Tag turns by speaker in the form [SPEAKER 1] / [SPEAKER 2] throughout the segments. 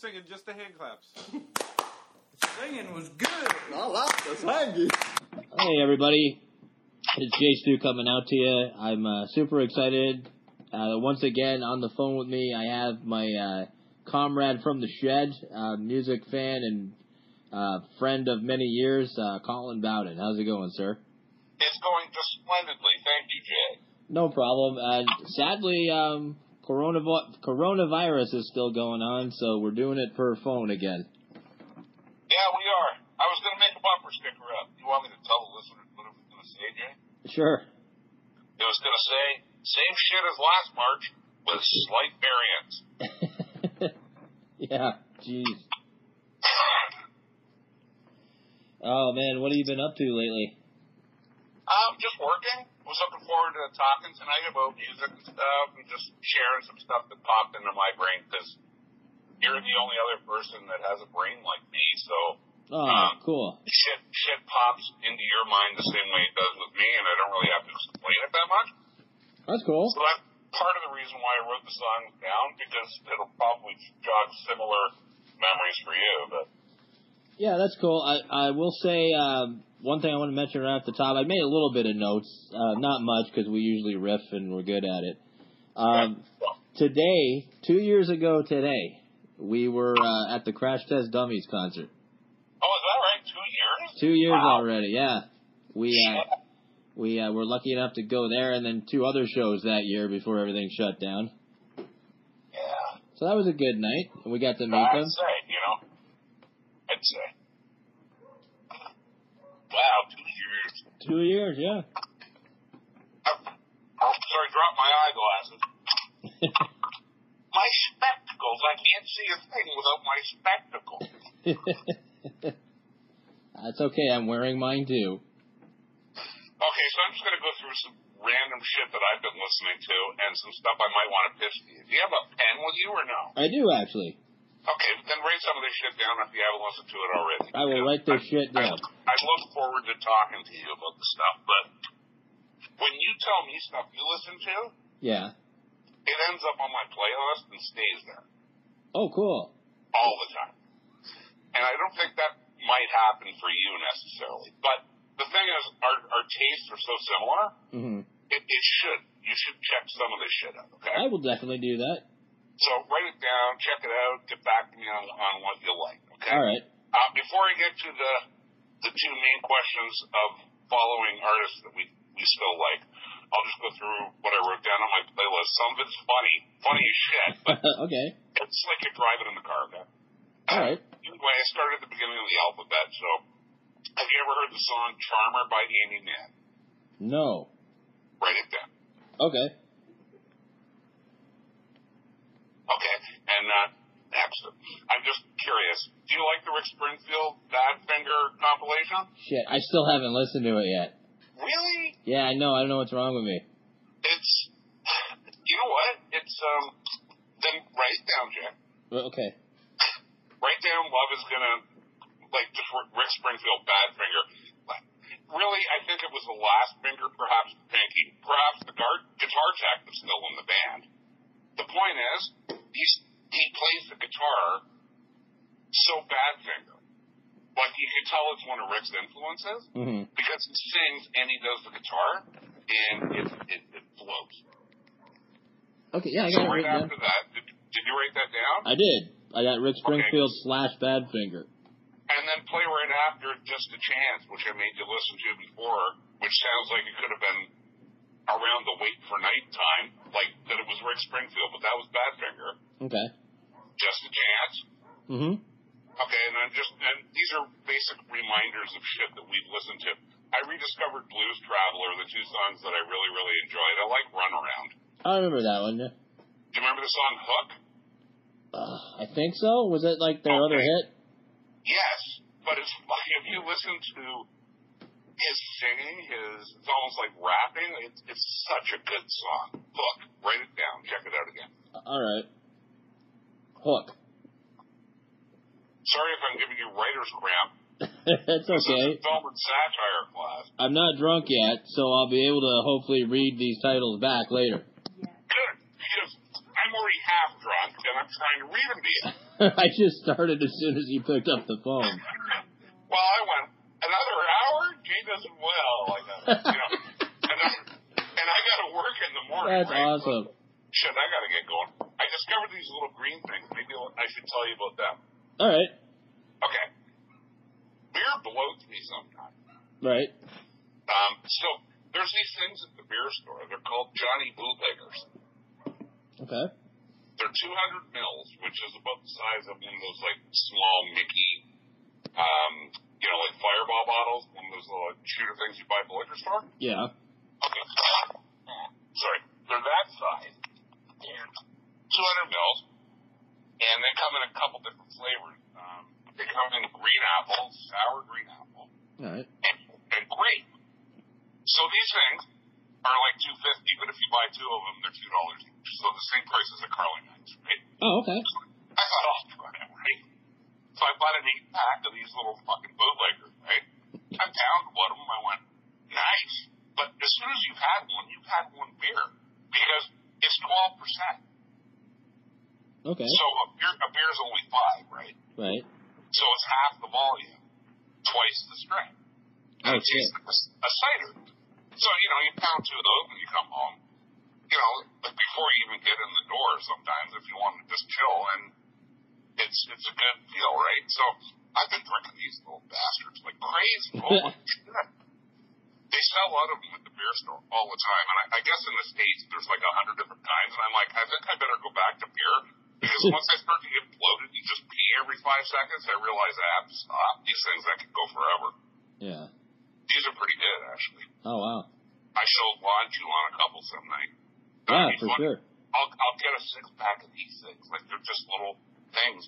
[SPEAKER 1] singing, just the hand claps.
[SPEAKER 2] Singing was good.
[SPEAKER 3] I like the singing.
[SPEAKER 4] Hey everybody, it's Jay Stu coming out to you. I'm uh, super excited. Uh, once again, on the phone with me, I have my uh, comrade from the shed, uh, music fan and uh, friend of many years, uh, Colin Bowden. How's it going, sir?
[SPEAKER 5] It's going just splendidly. Thank you, Jay.
[SPEAKER 4] No problem. Uh, sadly, um, coronavi- coronavirus is still going on, so we're doing it per phone again.
[SPEAKER 5] Yeah, we are. I was going to make a bumper sticker up. You want me to tell the listeners what it was going to say, Jay?
[SPEAKER 4] Sure.
[SPEAKER 5] It was going to say, same shit as last March with slight variance.
[SPEAKER 4] yeah. Jeez. Oh man, what have you been up to lately?
[SPEAKER 5] I'm Um, just working. Was looking forward to talking tonight about music and stuff and just sharing some stuff that popped into my brain because you're the only other person that has a brain like me, so
[SPEAKER 4] Oh, cool.
[SPEAKER 5] shit shit pops into your mind the same way it does with me, and I don't really have to explain it that much.
[SPEAKER 4] That's cool.
[SPEAKER 5] So that's part of the reason why I wrote the song down because it'll probably jog similar memories for you. But
[SPEAKER 4] Yeah, that's cool. I, I will say um, one thing I want to mention right off the top. I made a little bit of notes, uh, not much because we usually riff and we're good at it. Um, today, two years ago today, we were uh, at the Crash Test Dummies concert.
[SPEAKER 5] oh, is that right? Two years?
[SPEAKER 4] Two years
[SPEAKER 5] Wow.
[SPEAKER 4] already, yeah. We uh, we uh, were lucky enough to go there and then two other shows that year before everything shut down.
[SPEAKER 5] Yeah,
[SPEAKER 4] So that was a good night. and We got to meet them.
[SPEAKER 5] I'd say you know, I'd say. Wow, two years.
[SPEAKER 4] Two years, yeah.
[SPEAKER 5] Oh, sorry, drop my eyeglasses. my spectacles. I can't see a thing without my spectacles.
[SPEAKER 4] That's okay. I'm wearing mine too.
[SPEAKER 5] Okay, so I'm just going to go through some random shit that I've been listening to and some stuff I might want to pitch to you. Do you have a pen with you or no?
[SPEAKER 4] I do actually.
[SPEAKER 5] Okay, then write some of this shit down if you haven't listened to it already.
[SPEAKER 4] I will write this shit down.
[SPEAKER 5] I, I look forward to talking to you about the stuff, but when you tell me stuff you listen to,
[SPEAKER 4] Yeah.
[SPEAKER 5] it ends up on my playlist and stays there
[SPEAKER 4] Oh, cool.
[SPEAKER 5] all the time. And I don't think that might happen for you necessarily. But the thing is, our, our tastes are so similar.
[SPEAKER 4] hmm
[SPEAKER 5] It, it should. You should check some of this shit out, okay?
[SPEAKER 4] I will definitely do that.
[SPEAKER 5] So write it down, check it out, get back to me on, on what you like, okay?
[SPEAKER 4] All right.
[SPEAKER 5] Uh, before I get to the the two main questions of following artists that we, we still like, I'll just go through what I wrote down on my playlist. Some of it's funny, funny as shit, but
[SPEAKER 4] okay.
[SPEAKER 5] it's like you're driving in the car, okay?
[SPEAKER 4] All right.
[SPEAKER 5] Anyway, I started at the beginning of the alphabet, so have you ever heard the song Charmer by Andy Mann?
[SPEAKER 4] No.
[SPEAKER 5] Write it down.
[SPEAKER 4] Okay.
[SPEAKER 5] Okay, and uh, next, I'm just curious. Do you like the Rick Springfield Bad Finger compilation?
[SPEAKER 4] Shit. I still haven't listened to it yet.
[SPEAKER 5] Really?
[SPEAKER 4] Yeah, I know. I don't know what's wrong with me.
[SPEAKER 5] It's you know what? It's um. Then write it down, Jack.
[SPEAKER 4] Well, Okay.
[SPEAKER 5] Write down. Love is gonna like just Rick Rick Springfield Bad Finger. Like, Really, I think it was the last finger, perhaps the pinky, perhaps the guard, guitar jack that's still in the band. The point is, he's, he plays the guitar so bad finger. Like, you can tell it's one of Rick's influences.
[SPEAKER 4] hmm
[SPEAKER 5] because he sings and he does the guitar, and it it, it flows.
[SPEAKER 4] Okay. Yeah, I
[SPEAKER 5] So
[SPEAKER 4] got it
[SPEAKER 5] right
[SPEAKER 4] written down.
[SPEAKER 5] after that, did, did you write that down?
[SPEAKER 4] I did. I got Rick Springfield slash Badfinger.
[SPEAKER 5] And then play right after just a chance, which I made you listen to before, which sounds like it could have been around the wait for night time, like that it was Rick Springfield, but that was Badfinger.
[SPEAKER 4] Okay.
[SPEAKER 5] Just a chance.
[SPEAKER 4] hmm
[SPEAKER 5] Okay, and I'm just and these are basic reminders of shit that we've listened to. I rediscovered Blues Traveler, the two songs that I really, really enjoyed. I like Run Around.
[SPEAKER 4] I remember that one.
[SPEAKER 5] Do you remember the song Hook?
[SPEAKER 4] Uh, I think so. Was it like their other
[SPEAKER 5] Okay.
[SPEAKER 4] hit?
[SPEAKER 5] Yes, but it's like if you listen to his singing, his it's almost like rapping. It's it's such a good song. Look, write it down. Check it out again.
[SPEAKER 4] All right. Hook.
[SPEAKER 5] Sorry if I'm giving you writer's cramp.
[SPEAKER 4] That's
[SPEAKER 5] This is
[SPEAKER 4] okay.
[SPEAKER 5] a film and satire class.
[SPEAKER 4] I'm not drunk yet, so I'll be able to hopefully read these titles back later.
[SPEAKER 5] Good, because I'm already half drunk and I'm trying to read them to you.
[SPEAKER 4] I just started as soon as you picked up the phone.
[SPEAKER 5] Well, I went another hour. Jesus, well, like uh, you know, and, I, and I got to work in the morning.
[SPEAKER 4] That's
[SPEAKER 5] right?
[SPEAKER 4] awesome.
[SPEAKER 5] Shit, I gotta get going. I discovered these little green things. Maybe I'll- I should tell you about them.
[SPEAKER 4] All right,
[SPEAKER 5] Okay. Beer bloats me sometimes.
[SPEAKER 4] right.
[SPEAKER 5] Um, so there's these things at the beer store. They're called Johnny Bootleggers.
[SPEAKER 4] Okay.
[SPEAKER 5] They're 200 mils, which is about the size of one of those like small Mickey, um, you know, like Fireball bottles, one of those little like, shooter things you buy at the liquor store.
[SPEAKER 4] Yeah.
[SPEAKER 5] Okay. Sorry, they're that size. And 200 mils, and they come in a couple different flavors. Um, they come in green apple, sour green apple,
[SPEAKER 4] All right.
[SPEAKER 5] and, and grape. So these things are like 250, but if you buy two of them, they're two dollars each. So the same price as a Carling Ice, right?
[SPEAKER 4] Oh, okay.
[SPEAKER 5] I thought, oh, fuck it, right? So I bought an eight pack of these little fucking bootleggers, right? I downed one of them. I went, nice. But as soon as you've had one, you've had one beer because it's 12%.
[SPEAKER 4] Okay.
[SPEAKER 5] So a beer, a beer's only five, right?
[SPEAKER 4] Right.
[SPEAKER 5] So it's half the volume, twice the strength. And
[SPEAKER 4] Oh,
[SPEAKER 5] it tastes like a, a cider. So, you know, you pound two of those and you come home. You know, but before you even get in the door sometimes, if you want to just chill, and it's it's a good feel, right? So I've been drinking these little bastards like crazy. Holy shit. They sell out of them at the beer store all the time. And I, I guess in the States, there's like a hundred different kinds. And I'm like, I think I better go back to beer. Because once I start to get bloated and just pee every five seconds, I realize I have to stop. These things I could go forever.
[SPEAKER 4] Yeah.
[SPEAKER 5] These are pretty good, actually.
[SPEAKER 4] Oh wow.
[SPEAKER 5] I shall launch you on a couple some night.
[SPEAKER 4] Yeah,
[SPEAKER 5] That'd be
[SPEAKER 4] Ah, for
[SPEAKER 5] fun.
[SPEAKER 4] sure.
[SPEAKER 5] I'll, I'll get a six pack of these things. Like they're just little things.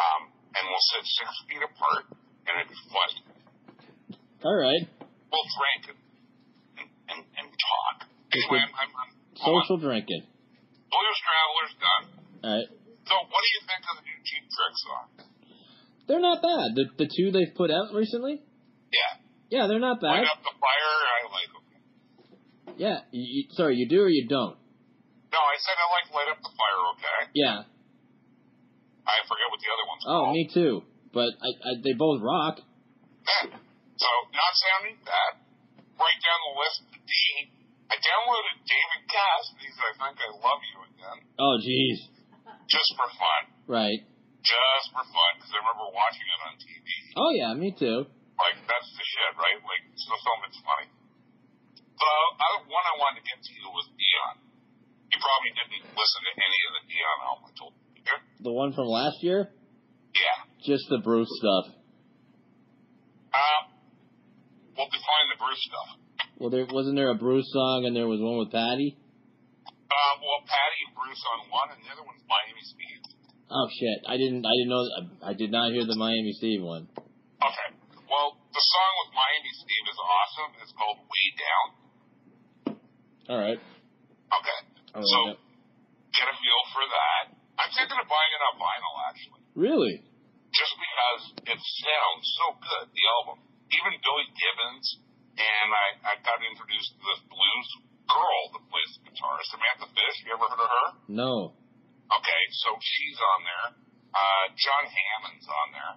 [SPEAKER 5] Um, and we'll sit six feet apart, and it'd be fun.
[SPEAKER 4] All right.
[SPEAKER 5] We'll drink and and, and, and talk. Anyway, I'm, I'm, I'm hold on.
[SPEAKER 4] Social drinking.
[SPEAKER 5] Blues Traveler's done.
[SPEAKER 4] All right.
[SPEAKER 5] So, what do you think of the new Cheap Trick song?
[SPEAKER 4] They're not bad. The the two they've put out recently.
[SPEAKER 5] Yeah,
[SPEAKER 4] Yeah, they're not bad.
[SPEAKER 5] light up the fire. I like. Them.
[SPEAKER 4] Yeah. You, you, sorry, you do or you don't.
[SPEAKER 5] No, I said I like light up the fire. Okay,
[SPEAKER 4] Yeah.
[SPEAKER 5] I forget what the other one's
[SPEAKER 4] Oh,
[SPEAKER 5] called.
[SPEAKER 4] me too. But I, I they both rock.
[SPEAKER 5] So, not sounding bad. Right down the list to D. I downloaded David Cassidy's I Think I Love You again,
[SPEAKER 4] Oh, jeez.
[SPEAKER 5] just for fun.
[SPEAKER 4] Right.
[SPEAKER 5] Just for fun, because I remember watching it on TV.
[SPEAKER 4] Oh yeah, me too.
[SPEAKER 5] Like, that's the shit, right? Like, so some of it's funny. The other one I wanted to get to you was Dion. You probably didn't listen to any of the Dion album I told you. did?
[SPEAKER 4] The one from last year,
[SPEAKER 5] Yeah.
[SPEAKER 4] just the Bruce stuff.
[SPEAKER 5] Um, we'll define the Bruce stuff.
[SPEAKER 4] Well, there wasn't there a Bruce song and there was one with Patty.
[SPEAKER 5] Uh, well, Patty and Bruce on one, and the other one's Miami Speed.
[SPEAKER 4] Oh shit, I didn't I didn't know I, I did not hear the Miami Steve one.
[SPEAKER 5] Okay. Well, the song with Miami Steve is awesome. It's called Way Down.
[SPEAKER 4] All right.
[SPEAKER 5] Okay.
[SPEAKER 4] I
[SPEAKER 5] so,
[SPEAKER 4] like it.
[SPEAKER 5] get a feel for that. I'm thinking of buying it on vinyl, actually,
[SPEAKER 4] Really?
[SPEAKER 5] just because it sounds so good, the album. Even Billy Gibbons, and I, I got introduced to this blues girl that plays the guitar, Samantha Fish. You ever heard of her?
[SPEAKER 4] No.
[SPEAKER 5] Okay, so she's on there. Uh, John Hammond's on there.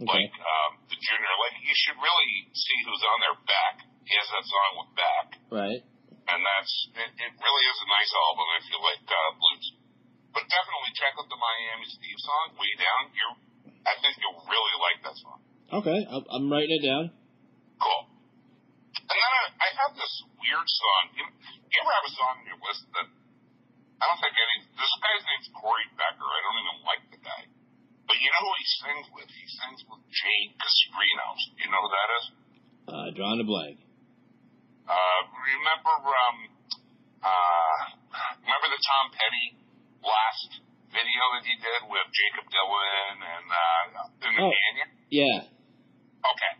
[SPEAKER 4] Okay.
[SPEAKER 5] like um, the junior. Like you should really see who's on there. Back, he has that song with Back,
[SPEAKER 4] Right.
[SPEAKER 5] and that's it, it. Really is a nice album. I feel like uh, blues, but definitely check out the Miami Steve song "Way Down." You, I think you'll really like that song.
[SPEAKER 4] Okay. I'm, I'm writing it down.
[SPEAKER 5] Cool. And then I, I have this weird song. You, you ever have a song on your list that I don't think any. This guy's name's Corey Becker. I don't even like the guy. But you know who he sings with? He sings with Jane Castrinos. You know who that is?
[SPEAKER 4] Uh, drawing a blank.
[SPEAKER 5] Uh, remember, um, uh, remember the Tom Petty last video that he did with Jacob Dylan and uh, in the
[SPEAKER 4] Oh.
[SPEAKER 5] canyon?
[SPEAKER 4] Yeah.
[SPEAKER 5] Okay.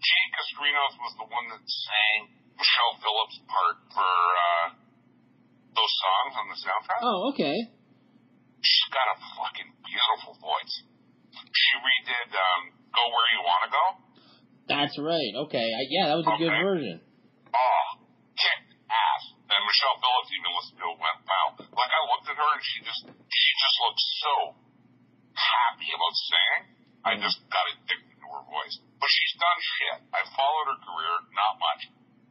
[SPEAKER 5] Jane Castrinos was the one that sang Michelle Phillips' part for uh, those songs on the soundtrack.
[SPEAKER 4] Oh, okay.
[SPEAKER 5] She's got a fucking beautiful voice. She redid um, "Go Where You Wanna Go."
[SPEAKER 4] That's right. Okay. I, yeah, that was a good
[SPEAKER 5] Okay.
[SPEAKER 4] version.
[SPEAKER 5] oh, kick ass. And Michelle Phillips even listened to it went, wow. Like I looked at her and she just she just looked so happy about saying. I just got addicted to her voice. But she's done shit. I followed her career, not much.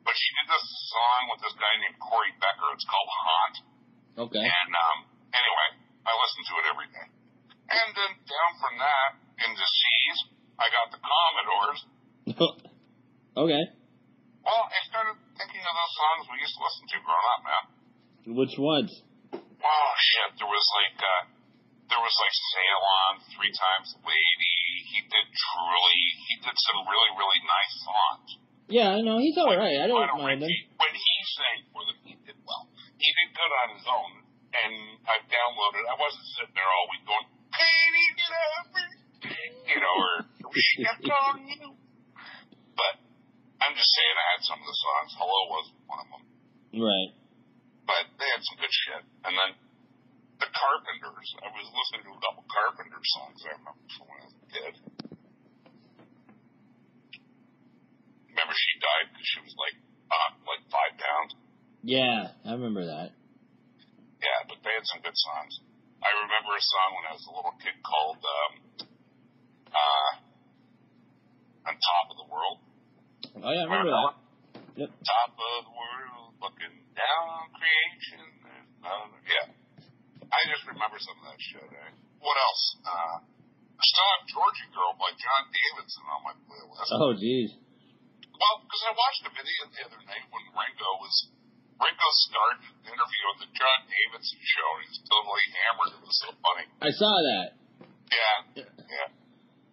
[SPEAKER 5] But she did this song with this guy named Corey Becker. It's called Haunt.
[SPEAKER 4] Okay.
[SPEAKER 5] And um, anyway, I listen to it every day. And then down from that, in the seas, I got the Commodores.
[SPEAKER 4] okay.
[SPEAKER 5] Well, I started thinking of those songs we used to listen to growing up, man.
[SPEAKER 4] Which ones?
[SPEAKER 5] Oh shit, there was like uh there was like Ceylon, Three Times the Lady, he did Truly, he did some really, really nice songs.
[SPEAKER 4] Yeah, I know he's all right. I
[SPEAKER 5] Lionel
[SPEAKER 4] don't mind him.
[SPEAKER 5] Richie, When he sang for them, he did well. He did good on his own. And I downloaded I wasn't sitting there all week going, Katie did you know, or she got on you. But I'm just saying I had some of the songs. Hello was one of them
[SPEAKER 4] Right.
[SPEAKER 5] but they had some good shit. And then the Carpenters. I was listening to a couple Carpenter songs. I remember from when I was a kid. Remember, she died because she was like uh, like five pounds.
[SPEAKER 4] Yeah, I remember that.
[SPEAKER 5] Yeah, but they had some good songs. I remember a song when I was a little kid called um, uh, "On Top of the World."
[SPEAKER 4] Oh yeah, I remember that. Yep.
[SPEAKER 5] Top of the world, looking down on creation. There's none. Yeah. I just remember some of that shit. Eh? What else? Uh, I still have Georgie Girl by John Davidson on my playlist.
[SPEAKER 4] Oh jeez.
[SPEAKER 5] Well, because I watched a video the other night when Ringo was. Ringo started an interview on the John Davidson show and he's totally hammered. It was so funny.
[SPEAKER 4] I saw that.
[SPEAKER 5] Yeah. Yeah.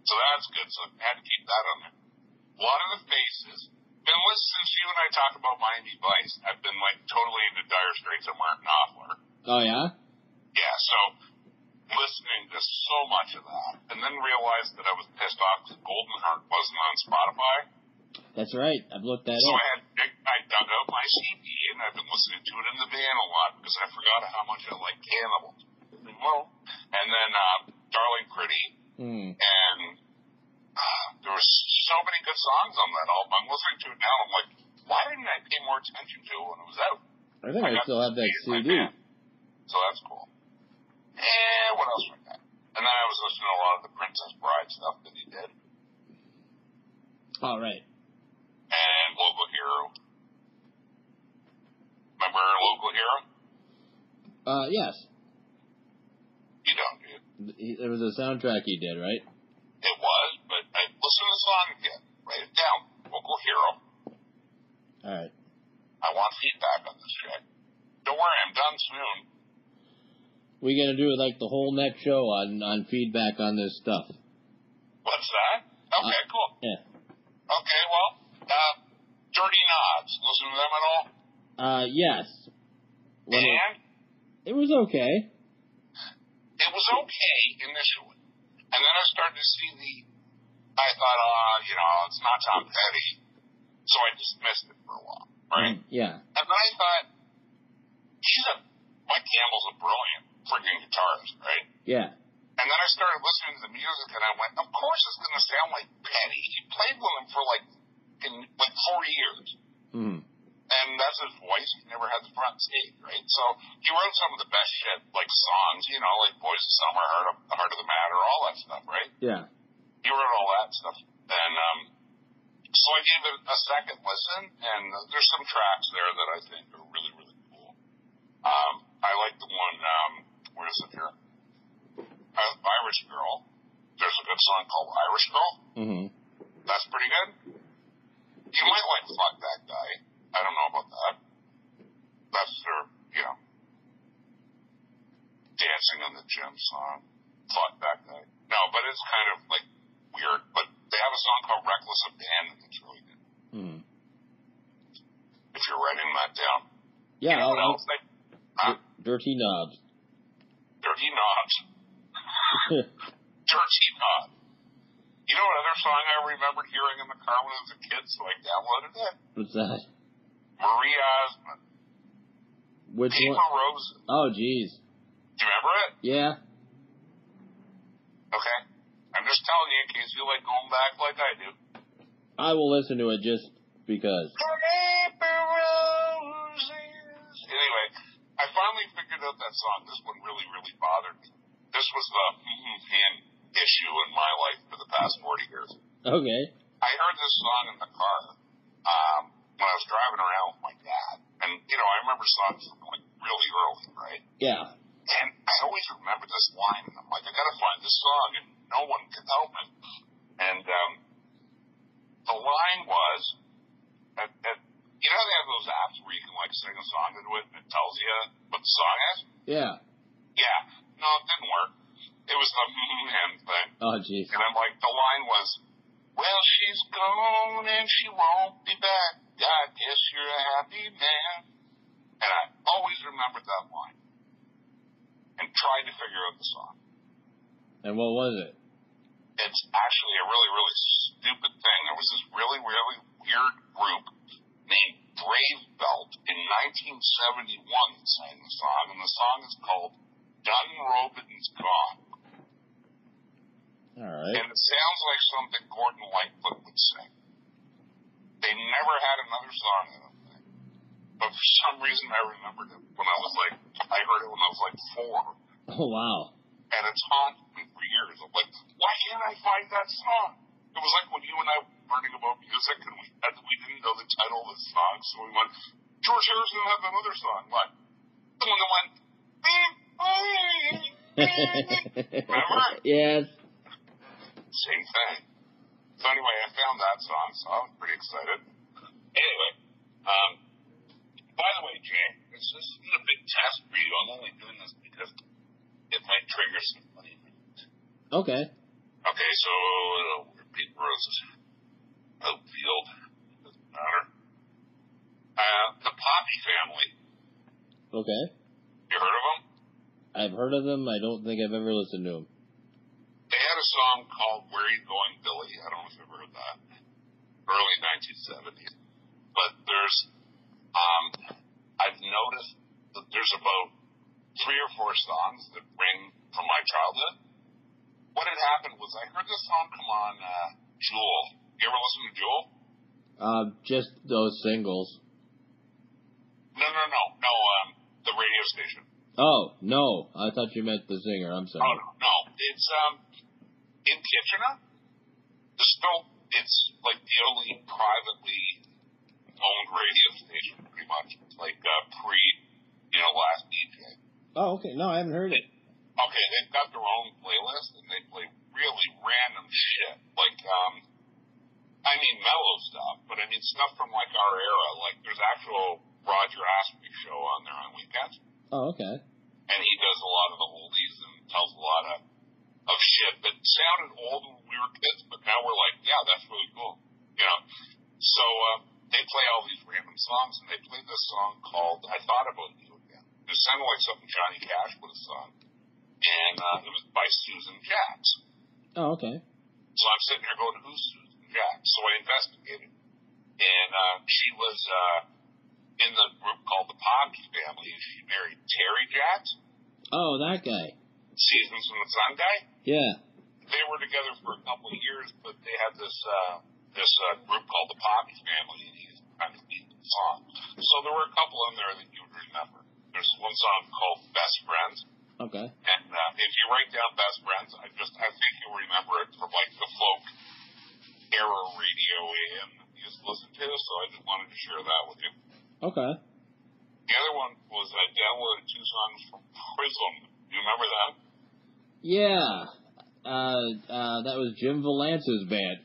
[SPEAKER 5] So that's good. So I had to keep that on there. A lot of the faces. Been listening since you and I talk about Miami Vice. I've been like totally into Dire Straits and Martin Knopfler.
[SPEAKER 4] Oh yeah.
[SPEAKER 5] Yeah, so listening to so much of that, and then realized that I was pissed off because Golden Heart wasn't on Spotify.
[SPEAKER 4] That's right. I've looked that
[SPEAKER 5] So
[SPEAKER 4] up.
[SPEAKER 5] I had I dug out my CD and I've been listening to it in the van a lot because I forgot how much I liked Cannibal. Well, and then uh, Darling Pretty
[SPEAKER 4] Hmm.
[SPEAKER 5] and uh, there were so many good songs on that album. I'm listening to it now. I'm like, why didn't I pay more attention to it when it was out?
[SPEAKER 4] I think I
[SPEAKER 5] got
[SPEAKER 4] still have that
[SPEAKER 5] this in my
[SPEAKER 4] CD.
[SPEAKER 5] van. So that's cool. And what else we got? And then I was listening to a lot of the Princess Bride stuff that he did,
[SPEAKER 4] All right.
[SPEAKER 5] and Local Hero. Remember Local Hero?
[SPEAKER 4] Uh, yes.
[SPEAKER 5] You don't, dude.
[SPEAKER 4] He- There was a soundtrack he did, right?
[SPEAKER 5] It was, but I listen to the song again. Write it down. Local Hero.
[SPEAKER 4] All right.
[SPEAKER 5] I want feedback on this shit. Don't worry, I'm done soon.
[SPEAKER 4] We're gonna do like the whole next show on on feedback on this stuff.
[SPEAKER 5] What's that? Okay, cool.
[SPEAKER 4] Yeah.
[SPEAKER 5] Okay, well, uh, Dirty Knobs. Listen to them at all?
[SPEAKER 4] Uh, yes. When it,
[SPEAKER 5] and
[SPEAKER 4] it was okay.
[SPEAKER 5] it was okay initially. And then I started to see the, I thought, uh, you know, it's not Tom Petty. So I dismissed it for a while, right?
[SPEAKER 4] Mm, Yeah.
[SPEAKER 5] And then I thought, she's a, Mike Campbell's a brilliant freaking guitarist, right?
[SPEAKER 4] Yeah.
[SPEAKER 5] And then I started listening to the music, and I went, "Of course, it's going to sound like Petty. He played with him for like, in, like four years.
[SPEAKER 4] Hmm.
[SPEAKER 5] and that's his voice. He never had the front seat, right? So he wrote some of the best shit, like songs, you know, like Voice of Summer, Heart of, Heart of the Matter, all that stuff, right?
[SPEAKER 4] Yeah.
[SPEAKER 5] He wrote all that stuff. And um, so I gave it a second listen, and there's some tracks there that I think are really, really cool. Um, I like the one, um, where is it here? Uh, Irish Girl. There's a good song called Irish Girl.
[SPEAKER 4] Hmm.
[SPEAKER 5] That's pretty good. You might like Fuck That Guy. I don't know about that. That's their, you know, dancing on the gym song. Fuck That Guy. No, but it's kind of like weird. But they have a song called Reckless Abandon that's really good.
[SPEAKER 4] Hmm.
[SPEAKER 5] If you're writing that down. you
[SPEAKER 4] Yeah.
[SPEAKER 5] know
[SPEAKER 4] I'll,
[SPEAKER 5] what
[SPEAKER 4] I'll,
[SPEAKER 5] else? They, huh?
[SPEAKER 4] dirty knobs.
[SPEAKER 5] Dirty Knobs. Dirty Knob. You know what other song I remember hearing in the car when I was a kid, so I downloaded it?
[SPEAKER 4] What's that?
[SPEAKER 5] Marie Osmond.
[SPEAKER 4] Which one?
[SPEAKER 5] Paper Roses.
[SPEAKER 4] Oh, jeez.
[SPEAKER 5] Do you remember it?
[SPEAKER 4] Yeah.
[SPEAKER 5] Okay. I'm just telling you in case you like going back like I do.
[SPEAKER 4] I will listen to it just because.
[SPEAKER 5] Paper roses. Anyway, I finally figured out that song. This one really, really bothered me. This was the mm-hmm, hand issue in my life for the past 40 years.
[SPEAKER 4] Okay.
[SPEAKER 5] I heard this song in the car um, when I was driving around with my dad. And, you know, I remember songs from, like, really early, right?
[SPEAKER 4] Yeah.
[SPEAKER 5] And I always remember this line. And I'm like, I gotta find this song, and no one can help me. And um, the line was, at, at, you know, how they have those apps where you can like sing a song into it, and it tells you what the song is.
[SPEAKER 4] Yeah.
[SPEAKER 5] Yeah, no, it didn't work. It was the and thing.
[SPEAKER 4] Oh, jeez.
[SPEAKER 5] And I'm like, the line was, well, she's gone and she won't be back. I guess you're a happy man. And I always remembered that line and tried to figure out the song.
[SPEAKER 4] And what was it?
[SPEAKER 5] It's actually a really, really stupid thing. There was this really, really weird group named Brave Belt in 1971 that sang the song, and the song is called Dunrobin's Gone.
[SPEAKER 4] All right.
[SPEAKER 5] And it sounds like something Gordon Lightfoot would sing. They never had another song, I don't think. But for some reason, I remembered it when I was like, I heard it when I was like four.
[SPEAKER 4] Oh, wow.
[SPEAKER 5] And it's haunted me for years. I'm like, why can't I find that song? It was like when you and I were learning about music and we, and we didn't know the title of the song, so we went, George Harrison had another song. What? The one that went, Remember?
[SPEAKER 4] yes.
[SPEAKER 5] Same thing. So anyway, I found that song, so I was pretty excited. Anyway, um, by the way, Jay, this this is a big test for you. I'm only doing this because it might trigger some funny things.
[SPEAKER 4] Okay.
[SPEAKER 5] Okay, so uh, Pete Rose's outfield doesn't matter. Uh, the Poppy family,
[SPEAKER 4] Okay.
[SPEAKER 5] you heard of them?
[SPEAKER 4] I've heard of them. I don't think I've ever listened to them.
[SPEAKER 5] They had a song called "Where You Going, Billy." I don't know if you've ever heard that. Early 1970s. But there's, um, I've noticed that there's about three or four songs that ring from my childhood. What had happened was I heard this song come on uh, Jewel. You ever listen to Jewel?
[SPEAKER 4] Uh, just those singles.
[SPEAKER 5] No, no, no, no. Um, the radio station.
[SPEAKER 4] Oh, no. I thought you meant the singer. I'm
[SPEAKER 5] Oh
[SPEAKER 4] sorry.
[SPEAKER 5] no, no. It's um in Kitchener. There's no. It's like the only privately owned radio station, pretty much. It's like uh, pre, you know, last DJ.
[SPEAKER 4] Oh, okay. No, I haven't heard it.
[SPEAKER 5] Okay, they've got their own playlist and they play really random shit. Like um, I mean mellow stuff, but I mean stuff from like our era. Like there's actual Roger Asprey show on there on weekends.
[SPEAKER 4] Oh, okay.
[SPEAKER 5] and he does a lot of the oldies and tells a lot of of shit that sounded old when we were kids, but now we're like, yeah, that's really cool, you know. So uh, they play all these random songs, and they play this song called "I Thought About You Again." It sounded like something Johnny Cash would have sung, and uh, it was by Susan Jacks.
[SPEAKER 4] Oh, okay.
[SPEAKER 5] So I'm sitting there going, who's Susan Jack? So I investigated. And uh, she was uh, in the group called the Poppy Family. She married Terry Jacks,
[SPEAKER 4] Oh, that guy.
[SPEAKER 5] Seasons from the Sun guy.
[SPEAKER 4] Yeah.
[SPEAKER 5] they were together for a couple of years, but they had this uh, this uh, group called the Poppy Family, and he's kind of lead the song. So there were a couple in there that you would remember. There's one song called Best Friends,
[SPEAKER 4] Okay.
[SPEAKER 5] and uh, if you write down Best Friends, I just I think you'll remember it from like the folk era radio AM that you used to listen to. So I just wanted to share that with you.
[SPEAKER 4] Okay.
[SPEAKER 5] The other one was I downloaded two songs from Prism. You remember that?
[SPEAKER 4] Yeah. Uh, uh, that was Jim Valance's band.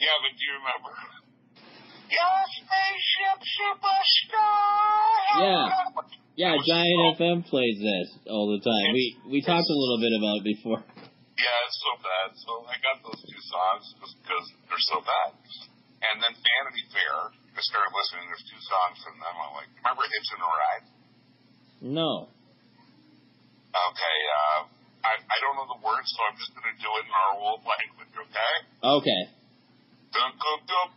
[SPEAKER 5] Yeah, but do you remember? Your spaceship superstar.
[SPEAKER 4] Yeah. Yeah,
[SPEAKER 5] Which
[SPEAKER 4] Giant
[SPEAKER 5] song?
[SPEAKER 4] FM plays this all the time. We we talked a little bit about it before.
[SPEAKER 5] Yeah, it's so bad. So I got those two songs just because they're so bad. And then Vanity Fair, I started listening. There's two songs from them. I'm like, remember Hips and a Ride?
[SPEAKER 4] No.
[SPEAKER 5] Okay, uh, I, I don't know the words, so I'm just going to do it in our old language, okay?
[SPEAKER 4] Okay.
[SPEAKER 5] Dun cook up,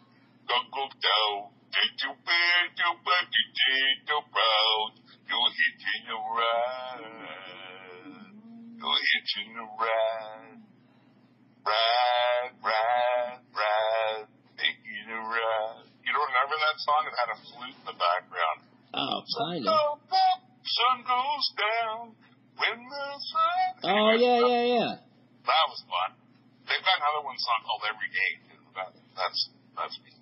[SPEAKER 5] dun cook down. Did you bend your back, you did your proud. You're hitting the ride. You're hitting the ride. Ride, ride, ride. Taking a ride. You don't remember that song? It had a flute in the background.
[SPEAKER 4] Oh,
[SPEAKER 5] Sun
[SPEAKER 4] kind of.
[SPEAKER 5] goes up, sun goes down. When the sun.
[SPEAKER 4] Oh yeah, yeah, yeah.
[SPEAKER 5] That was fun. They've got another one song called Every Day too. That, that's that's me.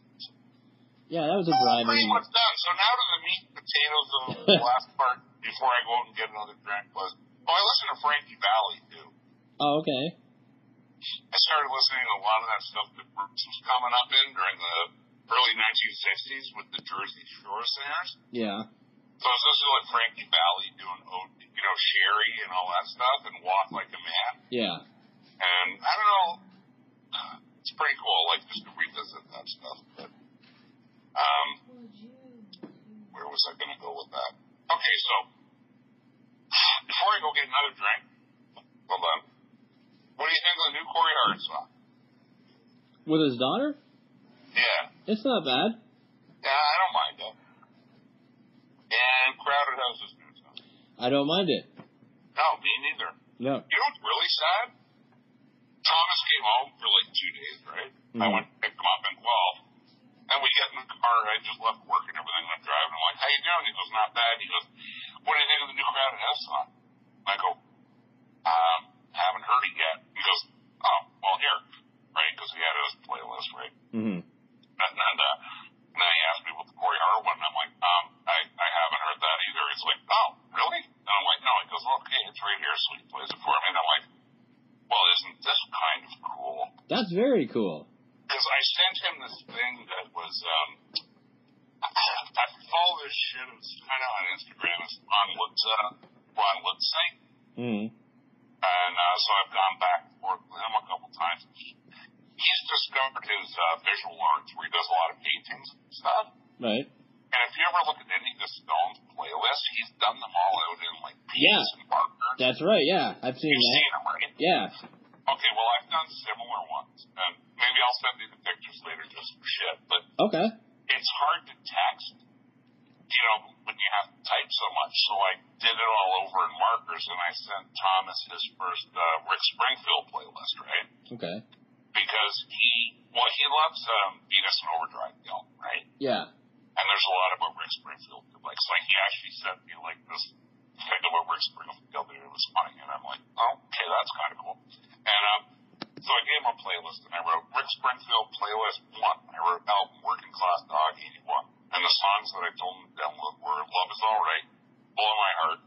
[SPEAKER 4] Yeah, that was a
[SPEAKER 5] Pretty
[SPEAKER 4] Brian.
[SPEAKER 5] much done. So now to the meat and potatoes of the last part before I go out and get another drink was. Oh, I listen to Frankie Valley too.
[SPEAKER 4] Oh, okay.
[SPEAKER 5] I started listening to a lot of that stuff that Bruce was coming up in during the early 1960s with the Jersey Shore singers.
[SPEAKER 4] Yeah.
[SPEAKER 5] So I was listening to like Frankie Valley doing, O- you know, Sherry and all that stuff and Walk Like a Man.
[SPEAKER 4] Yeah.
[SPEAKER 5] And I don't know, uh, it's pretty cool, like just to revisit that stuff. But um, where was I going to go with that? Okay, so before I go get another drink, hold on. What do you think of the new Corey Hart song?
[SPEAKER 4] With his daughter?
[SPEAKER 5] Yeah.
[SPEAKER 4] It's not bad.
[SPEAKER 5] Yeah, I don't mind that. And Crowded House is new. song.
[SPEAKER 4] I don't mind it.
[SPEAKER 5] No, me neither.
[SPEAKER 4] No.
[SPEAKER 5] You know what's really sad? Thomas came home for like two days, right? I
[SPEAKER 4] Mhm.
[SPEAKER 5] went and picked him up at 12. And we get in the car. I just left work and everything. I'm driving. I'm like, how you doing? He goes, not bad. He goes, what do you think of the new Crowded House song? I go, um, haven't heard it yet. He goes, oh, well, here. Right? Because he had his playlist, right?
[SPEAKER 4] hmm
[SPEAKER 5] And, and, uh, and then he asked me what the Corey Hart one, and I'm like, um, I, I haven't heard that either. He's like, oh, really? And I'm like, no. He goes, well, okay, it's right here, so he plays it for me. And I'm like, well, isn't this kind of cool?
[SPEAKER 4] That's very cool.
[SPEAKER 5] Because I sent him this thing that was, um, I follow this shit. It's kind of on Instagram. It's on Lutz, uh, Ron Lutz site.
[SPEAKER 4] Mm.
[SPEAKER 5] And uh, so I've gone back and forth with him a couple times. He's discovered his uh, visual arts where he does a lot of paintings and stuff.
[SPEAKER 4] Right.
[SPEAKER 5] And if you ever look at any of the Stones playlists, he's done them all out in like
[SPEAKER 4] Yeah.
[SPEAKER 5] Peace and Parker.
[SPEAKER 4] That's right. Yeah, I've seen
[SPEAKER 5] You've
[SPEAKER 4] that.
[SPEAKER 5] seen them, right?
[SPEAKER 4] Yeah.
[SPEAKER 5] Okay, well I've done similar ones, and maybe I'll send you the pictures later just for shit. But
[SPEAKER 4] Okay.
[SPEAKER 5] it's hard to text, you know, when you have to type so much. So I did it all over in markers, and I sent Thomas his first uh, Rick Springfield playlist, right?
[SPEAKER 4] Okay.
[SPEAKER 5] Because he, well, he loves um, Venus and Overdrive, you know, right?
[SPEAKER 4] Yeah.
[SPEAKER 5] And there's a lot about Rick Springfield. that, Like, it's like he actually sent me like this thing about Rick Springfield and it was funny, and I'm like, oh, okay, that's kind of cool. And um, so I gave him a playlist, and I wrote Rick Springfield playlist one. I wrote album Working Class Dog '81, and the songs that I told him to download were Love Is All Right, Blow My Heart,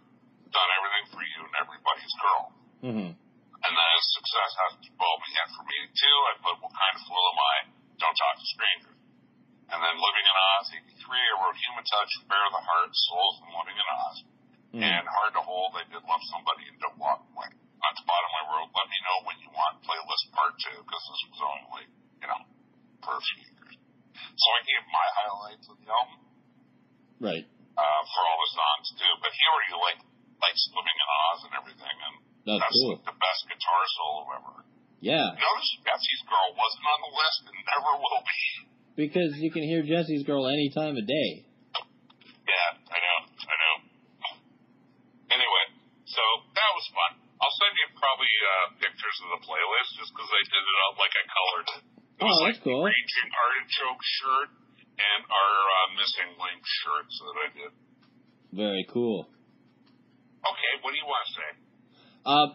[SPEAKER 5] Done Everything for You, and Everybody's Girl.
[SPEAKER 4] hmm
[SPEAKER 5] And then as success has to evolve again for me too, I put What Kind of Fool Am I? Don't Talk to Strangers. And then Living in Oz, 83, I wrote Human Touch, Bear the Heart, Souls, and Living in Oz.
[SPEAKER 4] Mm.
[SPEAKER 5] And Hard to Hold, I did Love Somebody and Don't Walk Away. At the bottom, I wrote Let Me Know When You Want Playlist Part 2, because this was only like, you know, for a few years. So I gave my highlights of the album
[SPEAKER 4] Right.
[SPEAKER 5] uh, for all the songs too, but he already like likes Living in Oz and everything, and
[SPEAKER 4] That's cool.
[SPEAKER 5] the best guitar solo ever.
[SPEAKER 4] Yeah,
[SPEAKER 5] Notice Betsy's girl wasn't on the list and never will be.
[SPEAKER 4] because you can hear Jesse's girl any time of day.
[SPEAKER 5] Yeah, I know, I know. Anyway, so that was fun. I'll send you probably uh, pictures of the playlist just because I did it up like I colored it. It
[SPEAKER 4] Oh,
[SPEAKER 5] was
[SPEAKER 4] that's
[SPEAKER 5] like
[SPEAKER 4] cool.
[SPEAKER 5] Raging Artichoke shirt and our uh, Missing Link shirts that I did.
[SPEAKER 4] Very cool.
[SPEAKER 5] Okay, what do you want to say?
[SPEAKER 4] Um,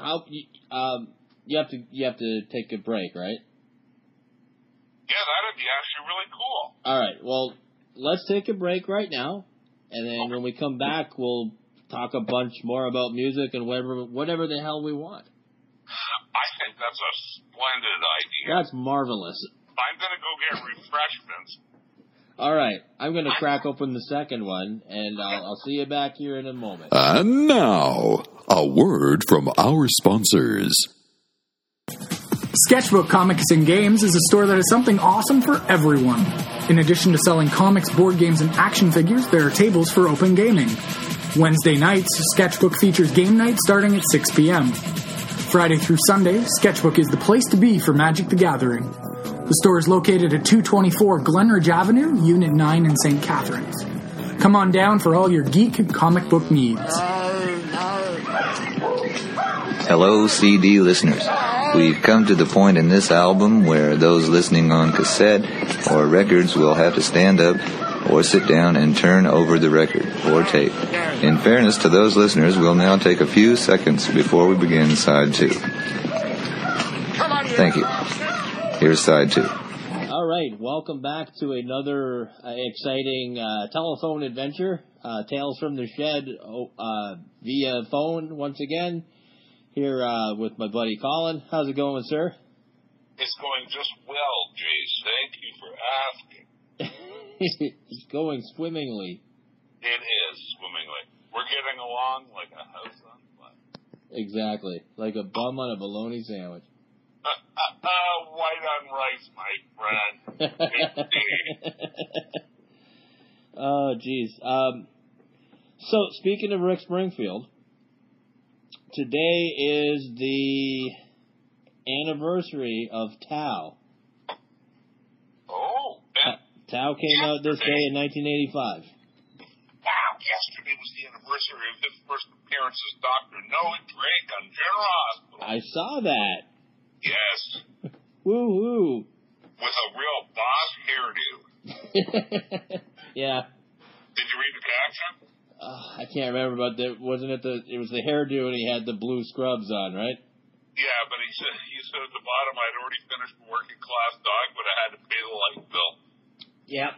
[SPEAKER 4] how y- um you have to you have to take a break, right?
[SPEAKER 5] Yeah, that'd be actually really cool.
[SPEAKER 4] All right. Well, let's take a break right now, and then when we come back, we'll talk a bunch more about music and whatever whatever the hell we want.
[SPEAKER 5] I think that's a splendid idea.
[SPEAKER 4] That's marvelous.
[SPEAKER 5] I'm gonna go get refreshments.
[SPEAKER 4] All right, I'm gonna crack open the second one, and I'll, I'll see you back here in a moment.
[SPEAKER 1] And now, a word from our sponsors.
[SPEAKER 3] Sketchbook Comics and Games is a store that has something awesome for everyone. In addition to selling comics, board games, and action figures, there are tables for open gaming. Wednesday nights, Sketchbook features game night starting at 6 p.m. Friday through Sunday, Sketchbook is the place to be for Magic the Gathering. The store is located at 224 Glenridge Avenue, Unit 9 in St. Catharines. Come on down for all your geek and comic book needs.
[SPEAKER 6] Hello, CD listeners. We've come to the point in this album where those listening on cassette or records will have to stand up or sit down and turn over the record or tape. In fairness to those listeners, we'll now take a few seconds before we begin side two. Thank you. Here's side two.
[SPEAKER 4] All right, welcome back to another uh, exciting uh, telephone adventure. Uh, Tales from the Shed oh, uh, via phone once again. Here uh, with my buddy Colin. How's it going, sir?
[SPEAKER 5] It's going just well, Jace. Thank you for asking.
[SPEAKER 4] it's going swimmingly.
[SPEAKER 5] It is swimmingly. We're getting along like a house on fire.
[SPEAKER 4] Exactly. Like a bum on a bologna sandwich.
[SPEAKER 5] Uh, uh, uh, white on rice, my friend. Indeed.
[SPEAKER 4] oh, jeez. Um, so, speaking of Rick Springfield, today is the anniversary of Tau.
[SPEAKER 5] Oh, and
[SPEAKER 4] Tau came out this day in 1985.
[SPEAKER 5] wow, yesterday was the anniversary of his first appearance as Dr. Noah Drake on General Hospital.
[SPEAKER 4] I saw that.
[SPEAKER 5] Yes,
[SPEAKER 4] Woo hoo.
[SPEAKER 5] with a real boss hairdo.
[SPEAKER 4] yeah.
[SPEAKER 5] Did you read the caption?
[SPEAKER 4] Uh, I can't remember, but there, wasn't it the? It was the hairdo, and he had the blue scrubs on, right?
[SPEAKER 5] Yeah, but he said he said at the bottom I'd already finished working class dog, but I had to pay the light bill.
[SPEAKER 4] Yeah.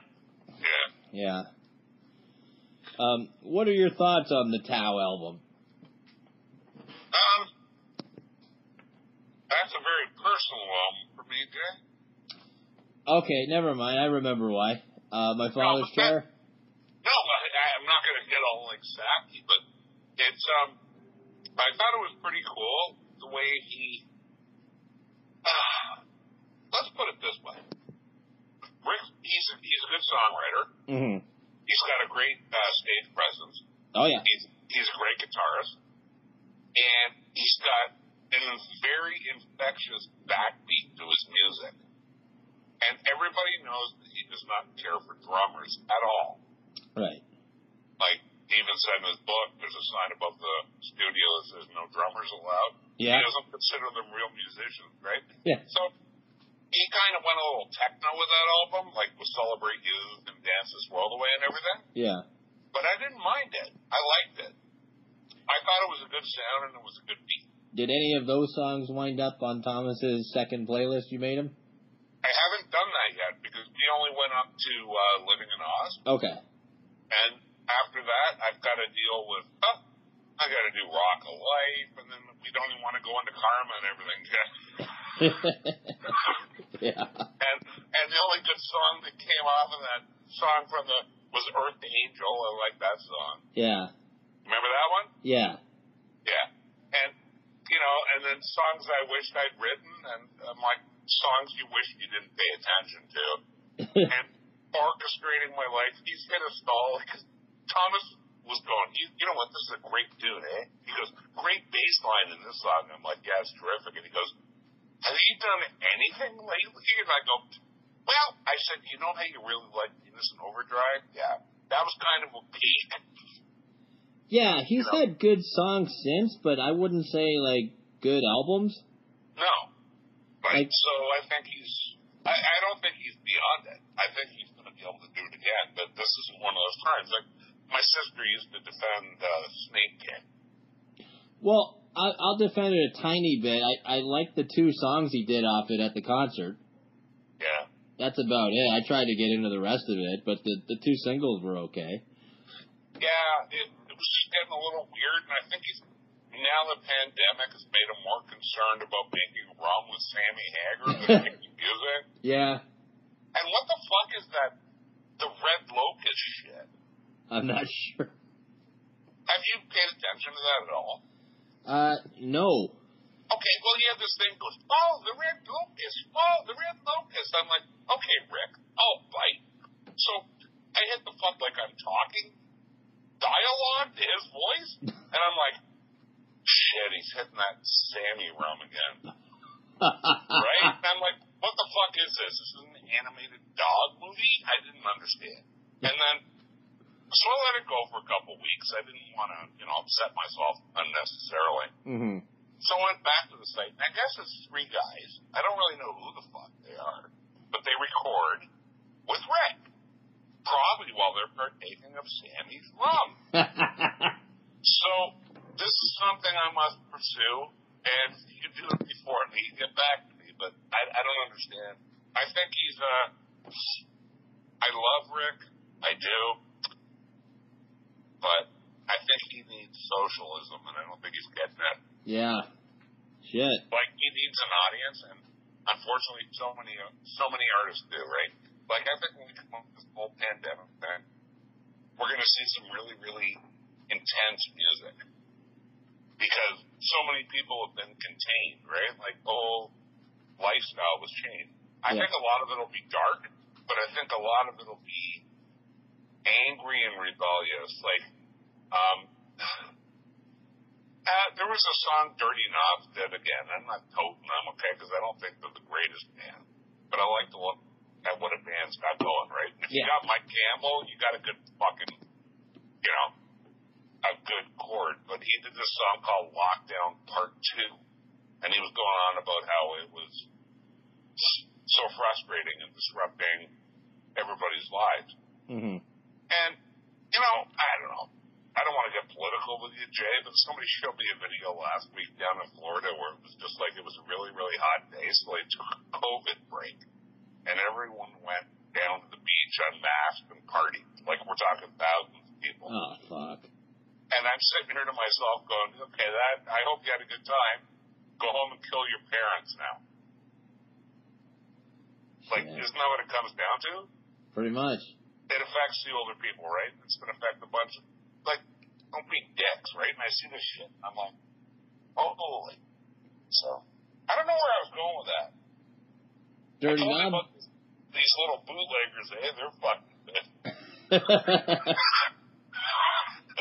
[SPEAKER 5] Yeah.
[SPEAKER 4] Yeah. Um, what are your thoughts on the Tau album?
[SPEAKER 5] Um, that's a very personal album for me, Jay.
[SPEAKER 4] Okay, never mind. I remember why. Uh, my father's
[SPEAKER 5] but that-
[SPEAKER 4] chair.
[SPEAKER 5] No, I, I- I'm not going to get all like sappy, but it's um, I thought it was pretty cool the way he. ah, let's put it this way: Rick, he's a, he's a good songwriter.
[SPEAKER 4] hmm
[SPEAKER 5] He's got a great uh, stage presence.
[SPEAKER 4] Oh yeah.
[SPEAKER 5] He's he's a great guitarist, and he's got a very infectious backbeat to his music. And everybody knows that he does not care for drummers at all.
[SPEAKER 4] Right.
[SPEAKER 5] like he even said in his book, there's a sign above the studio that says no drummers allowed.
[SPEAKER 4] Yeah.
[SPEAKER 5] He doesn't consider them real musicians, right?
[SPEAKER 4] Yeah.
[SPEAKER 5] So he kind of went a little techno with that album, like with Celebrate Youth and Dance This World Away and everything.
[SPEAKER 4] Yeah.
[SPEAKER 5] But I didn't mind it. I liked it. I thought it was a good sound and it was a good beat.
[SPEAKER 4] Did any of those songs wind up on Thomas's second playlist you made him?
[SPEAKER 5] I haven't done that yet because we only went up to uh, Living in Oz.
[SPEAKER 4] Okay.
[SPEAKER 5] And after that, I've got to deal with, oh, I got to do Rock of Life, and then we don't even want to go into Karma and everything.
[SPEAKER 4] yeah.
[SPEAKER 5] and and the only good song that came off of that song from the was Earth Angel. I like that song.
[SPEAKER 4] Yeah.
[SPEAKER 5] Remember that one?
[SPEAKER 4] Yeah.
[SPEAKER 5] Yeah. And you know, and then songs I wished I'd written, and um, like songs you wish you didn't pay attention to, and orchestrating my life. He's hit a stall because Thomas was going. You, you know what? This is a great dude, eh? He goes, great bass line in this song. I'm like, yeah, it's terrific. And he goes, have you done anything lately? And I go, well, I said, you know how you really like Innocent Overdrive? Yeah, that was kind of a peak.
[SPEAKER 4] Yeah, he's had good songs since, but I wouldn't say like good albums.
[SPEAKER 5] No. Right.
[SPEAKER 4] Like-
[SPEAKER 5] so I think he's. I, I don't think he's beyond it. I think he's going to be able to do it again. But this is one of those times. Like my sister used to defend uh, Snake King.
[SPEAKER 4] Well, I, I'll defend it a tiny bit. I, I like the two songs he did off it at the concert.
[SPEAKER 5] Yeah.
[SPEAKER 4] That's about it. I tried to get into the rest of it, but the, the two singles were okay.
[SPEAKER 5] Yeah. It, it was just getting a little weird, and I think he's now the pandemic has made him more concerned about making rum with Sammy Hagar than making music.
[SPEAKER 4] Yeah,
[SPEAKER 5] And what the fuck is that? The red locust shit.
[SPEAKER 4] I'm not sure.
[SPEAKER 5] Have you paid attention to that at all?
[SPEAKER 4] Uh, no.
[SPEAKER 5] okay, well, he had this thing goes, oh, the red locust, oh, the red locust. I'm like, okay, Rick, I'll bite. So I hit the fuck like I'm talking dialogue to his voice, and I'm like, shit, he's hitting that Sammy rum again. right? And I'm like, what the fuck is this? This is an animated dog movie? I didn't understand. And then, so I let it go for a couple weeks. I didn't want to, you know, upset myself unnecessarily.
[SPEAKER 4] Mm-hmm.
[SPEAKER 5] So I went back to the site, and I guess it's three guys. I don't really know who the fuck they are, but they record with Rick, probably while they're partaking of Sammy's rum. so this is something I must pursue, and you do it before me. Get back to me, but I, I don't understand. I think he's uh, I love Rick, I do, but I think he needs socialism, and I don't think he's getting that.
[SPEAKER 4] Yeah. Shit.
[SPEAKER 5] Like he needs an audience, and unfortunately, so many so many artists do, right? Like I think when we come up with this whole pandemic thing, we're gonna see some really really intense music because so many people have been contained, right? Like the whole lifestyle was changed. I
[SPEAKER 4] Yeah.
[SPEAKER 5] think a lot of it'll be dark, but I think a lot of it'll be angry and rebellious. Like, um, uh, there was a song, Dirty Knob, that again, I'm not toting them, okay, because I don't think they're the greatest band, but I like to look at what a band's got going, right? If you
[SPEAKER 4] Yeah.
[SPEAKER 5] got Mike Campbell, you got a good fucking, you know, a good chord, but he did this song called Lockdown Part 2. And he was going on about how it was so frustrating and disrupting everybody's lives.
[SPEAKER 4] Mm-hmm.
[SPEAKER 5] And, you know, I don't know. I don't want to get political with you, Jay, but somebody showed me a video last week down in Florida where it was just like it was a really, really hot day, so they took a COVID break. And everyone went down to the beach unmasked and partied. Like we're talking thousands of people.
[SPEAKER 4] Oh fuck.
[SPEAKER 5] And I'm sitting here to myself going, okay, that, I hope you had a good time. Go home and kill your parents now. Like,
[SPEAKER 4] Yeah.
[SPEAKER 5] isn't that what it comes down to?
[SPEAKER 4] Pretty much.
[SPEAKER 5] It affects the older people, right? It's going to affect a bunch of, like, don't be dicks, right? And I see this shit, and I'm like, oh, holy. So, I don't know where I was going with that. I
[SPEAKER 4] Dirty
[SPEAKER 5] told you
[SPEAKER 4] knob.
[SPEAKER 5] about these, these little bootleggers, eh? They're fucking good.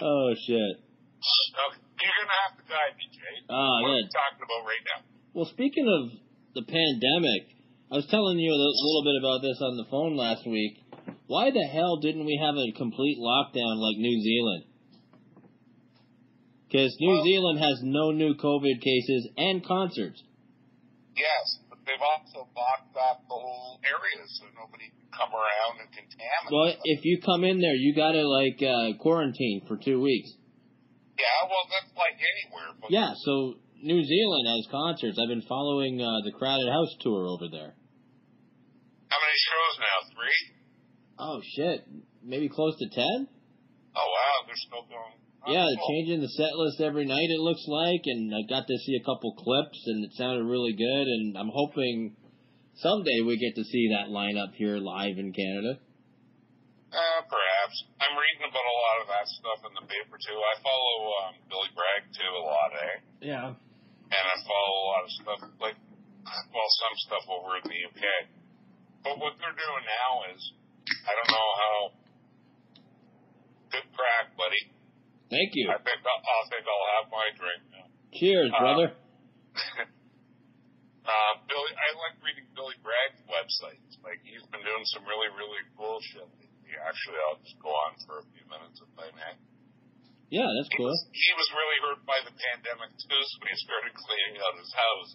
[SPEAKER 4] oh shit.
[SPEAKER 5] Okay, You're going to have to guide me, Jay.
[SPEAKER 4] Oh,
[SPEAKER 5] what are
[SPEAKER 4] yeah.
[SPEAKER 5] we talking about right now?
[SPEAKER 4] Well, speaking of the pandemic, I was telling you a li- little bit about this on the phone last week. Why the hell didn't we have a complete lockdown like New Zealand? Because
[SPEAKER 5] Well-
[SPEAKER 4] New Zealand has no new COVID cases and concerts.
[SPEAKER 5] Yes, but they've also locked off the whole area so nobody can come around and contaminate.
[SPEAKER 4] Well,
[SPEAKER 5] them.
[SPEAKER 4] if you come in there, you gotta like uh, quarantine for two weeks.
[SPEAKER 5] yeah, well, that's like anywhere. But
[SPEAKER 4] Yeah, so New Zealand has concerts. I've been following uh, the Crowded House tour over there.
[SPEAKER 5] How many shows now? Three?
[SPEAKER 4] Oh shit, maybe close to
[SPEAKER 5] Oh,
[SPEAKER 4] ten.
[SPEAKER 5] wow, they're still going. Oh,
[SPEAKER 4] Yeah,
[SPEAKER 5] cool.
[SPEAKER 4] changing the set list every night it looks like, and I got to see a couple clips, and it sounded really good. And I'm hoping someday we get to see that lineup here live in Canada.
[SPEAKER 5] Uh, perhaps. I'm reading about a lot of that stuff in the paper, too. I follow um, Billy Bragg, too, a lot, eh?
[SPEAKER 4] Yeah.
[SPEAKER 5] and I follow a lot of stuff, like, well, some stuff over in the UK. But what they're doing now is, I don't know how. Good crack, buddy.
[SPEAKER 4] Thank you.
[SPEAKER 5] I think I'll, I'll think I'll have my drink now.
[SPEAKER 4] Cheers,
[SPEAKER 5] Uh,
[SPEAKER 4] brother.
[SPEAKER 5] Uh, Billy, I like reading Billy Bragg's websites. Like he's been doing some really, really cool shit. lately. Actually, I'll just go on for a few minutes if I may.
[SPEAKER 4] Yeah, that's
[SPEAKER 5] He
[SPEAKER 4] cool.
[SPEAKER 5] was, he was really hurt by the pandemic too, so he started cleaning out his house.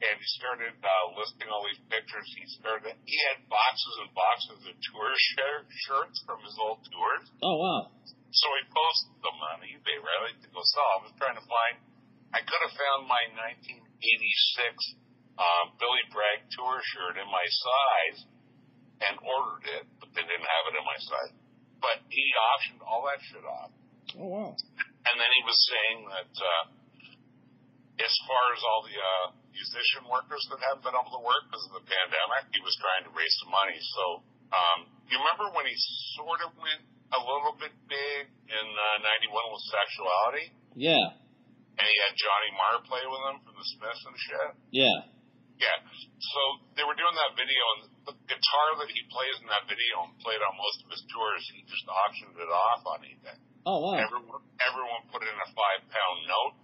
[SPEAKER 5] And he started uh, listing all these pictures. He started. He had boxes and boxes of tour shir- shirts from his old tours.
[SPEAKER 4] Oh wow.
[SPEAKER 5] So he posted them on eBay, right? To go sell. I was trying to find. I could have found my 1986 um, Billy Bragg tour shirt in my size and ordered it, but they didn't have it in my size. But he auctioned all that shit off,
[SPEAKER 4] Oh wow.
[SPEAKER 5] and then he was saying that uh, as far as all the uh, musician workers that haven't been able to work because of the pandemic, he was trying to raise some money. So um, you remember when he sort of went a little bit big in uh, '91 with sexuality,
[SPEAKER 4] Yeah.
[SPEAKER 5] and he had Johnny Marr play with him from the Smiths and shit.
[SPEAKER 4] Yeah.
[SPEAKER 5] Yeah. So they were doing that video, and the guitar that he plays in that video and played on most of his tours, he just auctioned it off on eBay.
[SPEAKER 4] Oh wow.
[SPEAKER 5] Everyone, everyone put in a five pound note,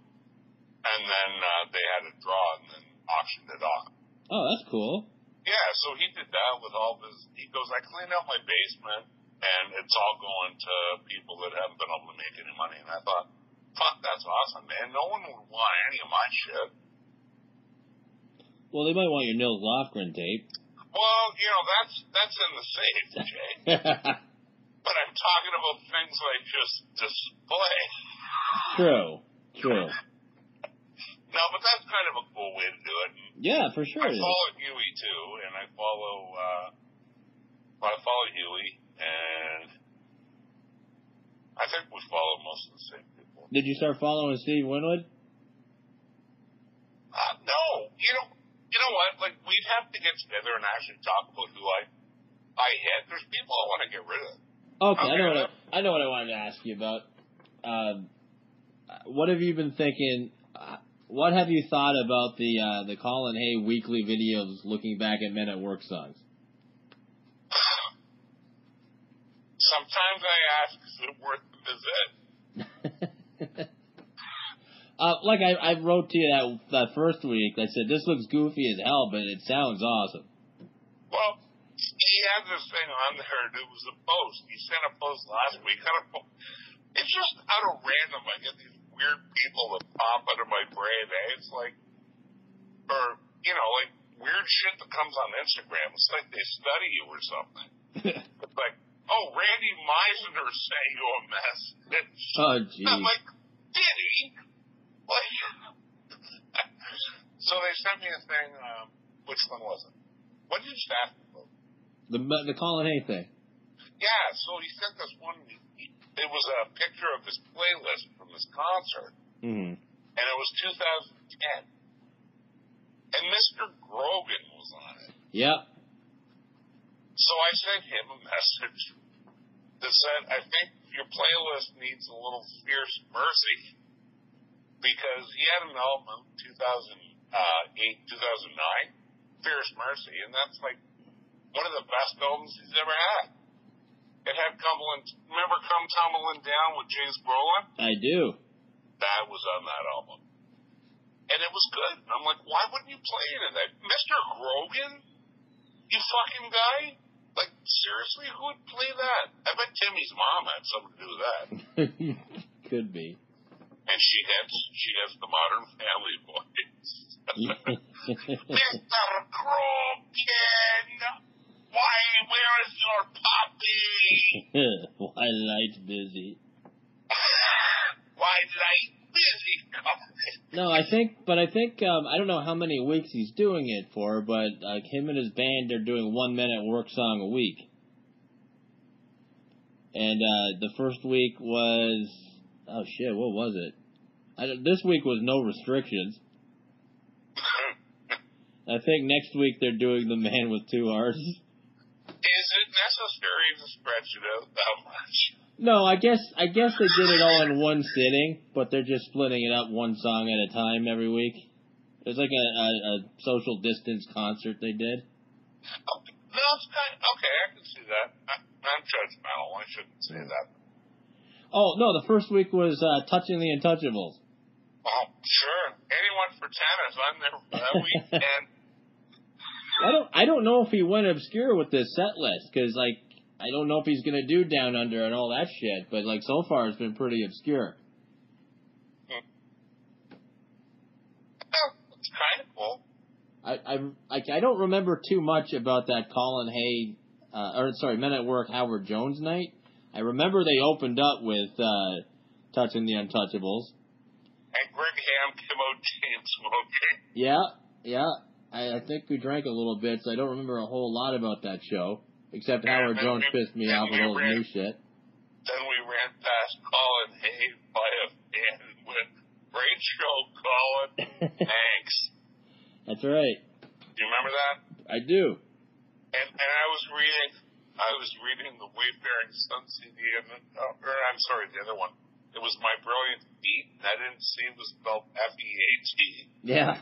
[SPEAKER 5] and then uh, they had it drawn and then auctioned it off.
[SPEAKER 4] Oh, that's cool.
[SPEAKER 5] Yeah, so he did that with all of his. He goes, I cleaned out my basement, and it's all going to people that haven't been able to make any money. And I thought, fuck, that's awesome, man. No one would want any of my shit.
[SPEAKER 4] Well, they might want your Nils Lofgren tape.
[SPEAKER 5] Well, you know, that's that's in the safe, Jay. But I'm talking about things I just display.
[SPEAKER 4] True. True.
[SPEAKER 5] No, but that's kind of a cool way to do it. And
[SPEAKER 4] Yeah, for
[SPEAKER 5] I
[SPEAKER 4] sure. it is.
[SPEAKER 5] follow Huey too, and I follow. Uh, well, I follow Huey, and I think we follow most of the same people.
[SPEAKER 4] Did you start following Steve Winwood?
[SPEAKER 5] Uh, no, you know, you know what? Like we'd have to get together and actually talk about who I I hit. There's people I want to get rid of.
[SPEAKER 4] Okay, I
[SPEAKER 5] Okay.
[SPEAKER 4] know what I, I know what I wanted to ask you about. Um, uh, what have you been thinking? Uh, what have you thought about the uh, the Colin Hay weekly videos looking back at Men at Work songs?
[SPEAKER 5] Sometimes I ask, is it worth the visit?
[SPEAKER 4] Uh, like I, I wrote to you that that first week, I said this looks goofy as hell, but it sounds awesome.
[SPEAKER 5] Well, he had this thing on there, and it was a post. He sent a post last week. Kind of, po- it's just out of random. I get these weird people that pop out of my brain. Eh? It's like, or you know, like weird shit that comes on Instagram. It's like they study you or something. it's like, oh, Randy Meisner sent you a message.
[SPEAKER 4] Oh
[SPEAKER 5] I'm
[SPEAKER 4] jeez.
[SPEAKER 5] like, did he? Like, so they sent me a thing. Um, which one was it? What did you ask me about?
[SPEAKER 4] The the Colin Hay thing.
[SPEAKER 5] Yeah, so he sent us one. It was a picture of his playlist from his concert,
[SPEAKER 4] Mm-hmm.
[SPEAKER 5] and it was 2010. And Mr. Grogan was on it.
[SPEAKER 4] Yep.
[SPEAKER 5] So I sent him a message that said, I think your playlist needs a little fierce mercy because he had an album 2008, 2009, Fierce Mercy, and that's like one of the best albums he's ever had. It had Cumberland, remember Come Tumbling Down with James Brolin?
[SPEAKER 4] I do.
[SPEAKER 5] that was on that album. And it was good. And I'm like, why wouldn't you play it? in that? Mr. Grogan? You fucking guy? Like, seriously, who would play that? I bet Timmy's mom had something to do with that.
[SPEAKER 4] Could be.
[SPEAKER 5] And she gets, she gets the modern family voice. Mr. Grogan! Why, where is your puppy?
[SPEAKER 4] Why light busy?
[SPEAKER 5] Why did I busy coming?
[SPEAKER 4] No, I think, but I think um, I don't know how many weeks he's doing it for, but like him and his band are doing one minute work song a week. And uh, the first week was oh shit, what was it? I don't, this week was no restrictions. I think next week they're doing the man with two R's.
[SPEAKER 5] Is it necessary to stretch it out that much?
[SPEAKER 4] No, I guess I guess they did it all in one sitting, but they're just splitting it up one song at a time every week. It's like a, a, a social distance concert they did.
[SPEAKER 5] Okay. No, it's kind okay, I can see that. I, I'm judgmental. I shouldn't say that.
[SPEAKER 4] Oh no, the first week was uh, touching the untouchables.
[SPEAKER 5] Oh, sure. Anyone for tennis, I'm there for that weekend.
[SPEAKER 4] I don't I don't know if he went obscure with this set list because like I don't know if he's gonna do down under and all that shit, but like so far it's been pretty obscure.
[SPEAKER 5] Oh, it's kind of cool.
[SPEAKER 4] I I like I don't remember too much about that Colin Hay, uh, or sorry, Men at Work Howard Jones night. I remember they opened up with uh, touching the Untouchables.
[SPEAKER 5] And Greg Ham came out chain smoking.
[SPEAKER 4] Yeah, yeah. I, I think we drank a little bit, so I don't remember a whole lot about that show. Except Howard Jones pissed me off with all his new shit.
[SPEAKER 5] Then we ran past Colin Hay by a fan with Great show, Colin. Thanks.
[SPEAKER 4] That's right.
[SPEAKER 5] Do you remember that?
[SPEAKER 4] I do.
[SPEAKER 5] And, and I was reading, I was reading the Wayfaring Sun CD, and uh, or I'm sorry, the other one. It was My Brilliant Feet, and I didn't see it was spelled F E A T.
[SPEAKER 4] Yeah.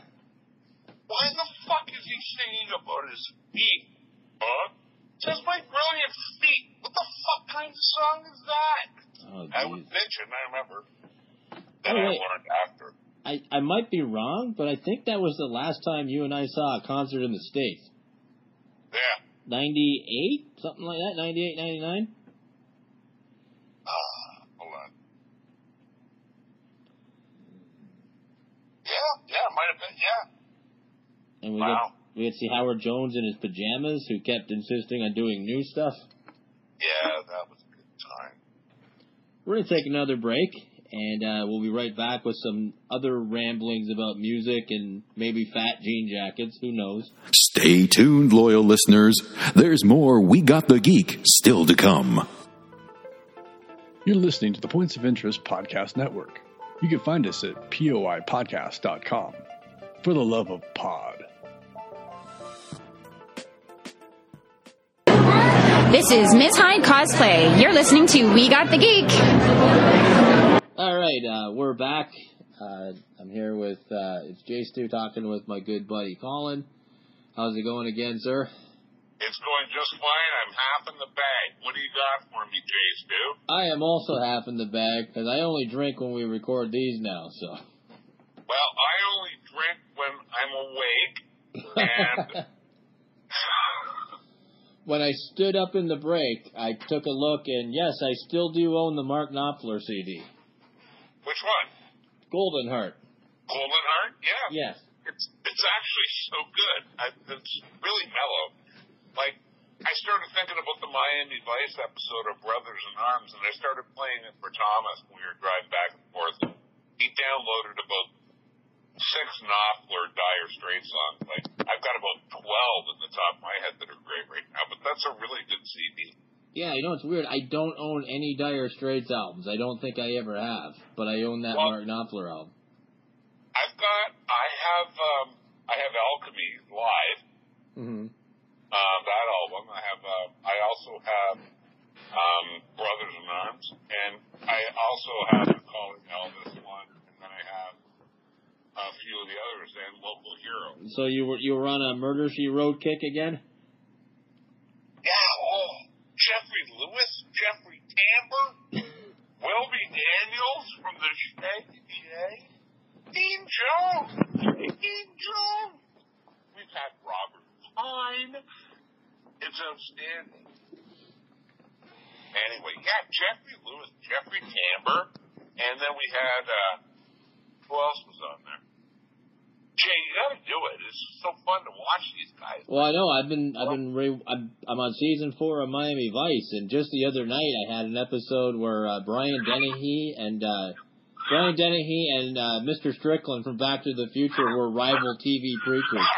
[SPEAKER 5] Why the fuck is he singing about his feet? Huh? It Says My Brilliant Feet. What the fuck kind of song is that? I
[SPEAKER 4] Oh, jeez.
[SPEAKER 5] was bitching. I remember. Then I
[SPEAKER 4] wait.
[SPEAKER 5] learned after.
[SPEAKER 4] I, I might be wrong, but I think that was the last time you and I saw a concert in the States.
[SPEAKER 5] Yeah.
[SPEAKER 4] 98? Something like that? 98, 99?
[SPEAKER 5] Ah, hold on. Yeah, yeah, it might have been, yeah.
[SPEAKER 4] And we
[SPEAKER 5] Wow.
[SPEAKER 4] got, we got to see Howard Jones in his pajamas, who kept insisting on doing new stuff.
[SPEAKER 5] Yeah, that was a good time.
[SPEAKER 4] We're going to take another break, and uh, we'll be right back with some other ramblings about music and maybe fat jean jackets. Who knows?
[SPEAKER 1] Stay tuned, loyal listeners. There's more We Got the Geek still to come.
[SPEAKER 7] You're listening to the Points of Interest Podcast Network. You can find us at poipodcast.com. For the love of pod.
[SPEAKER 8] This is Miss Hyde Cosplay. You're listening to We Got the Geek.
[SPEAKER 4] All right, uh, we're back. Uh, I'm here with uh, it's Jay Stu talking with my good buddy Colin. How's it going again, sir?
[SPEAKER 5] It's going just fine. I'm half in the bag. What do you got for me, Jays, dude?
[SPEAKER 4] I am also half in the bag because I only drink when we record these now. So
[SPEAKER 5] Well, I only drink when I'm awake, and
[SPEAKER 4] when I stood up in the break, I took a look, and yes, I still do own the Mark Knopfler CD,
[SPEAKER 5] which one?
[SPEAKER 4] Golden Heart.
[SPEAKER 5] Golden Heart? Yeah.
[SPEAKER 4] Yes.
[SPEAKER 5] It's it's actually so good. I, it's really mellow. Like I started thinking about the Miami Vice episode of Brothers in Arms, and I started playing it for Thomas when we were driving back and forth. He downloaded about six Knopfler Dire Straits songs. Like I've got about twelve in the top of my head that are great right now, but that's a really good CD.
[SPEAKER 4] Yeah, you know it's weird. I don't own any Dire Straits albums. I don't think I ever have, but I own that
[SPEAKER 5] Well-
[SPEAKER 4] Mark Knopfler album.
[SPEAKER 5] I've got I have um, I have Alchemy live.
[SPEAKER 4] Mm-hmm.
[SPEAKER 5] uh, that album. I have. Uh, I also have um, Brothers in Arms, and I also have Calling Elvis one, and then I have a few of the others and Local Hero.
[SPEAKER 4] So you were you were on a Murder She Wrote kick again?
[SPEAKER 5] Yeah. Oh, Jeffrey Lewis, Jeffrey Tambor, Welby Daniels from the Shay, Dean Jones, Dean Jones. We've had Robert Pine. It's outstanding. Anyway, yeah, Jeffrey Lewis, Jeffrey Tambor, and then we had uh, who else was on there? Jay, you gotta do it. It's so fun to watch these guys.
[SPEAKER 4] Well, I know I've been I've been re- I'm, I'm on season four of Miami Vice, and just the other night I had an episode where uh, Brian Dennehy and uh, Brian Dennehy and uh, Mr. Strickland from Back to the Future were rival TV preachers.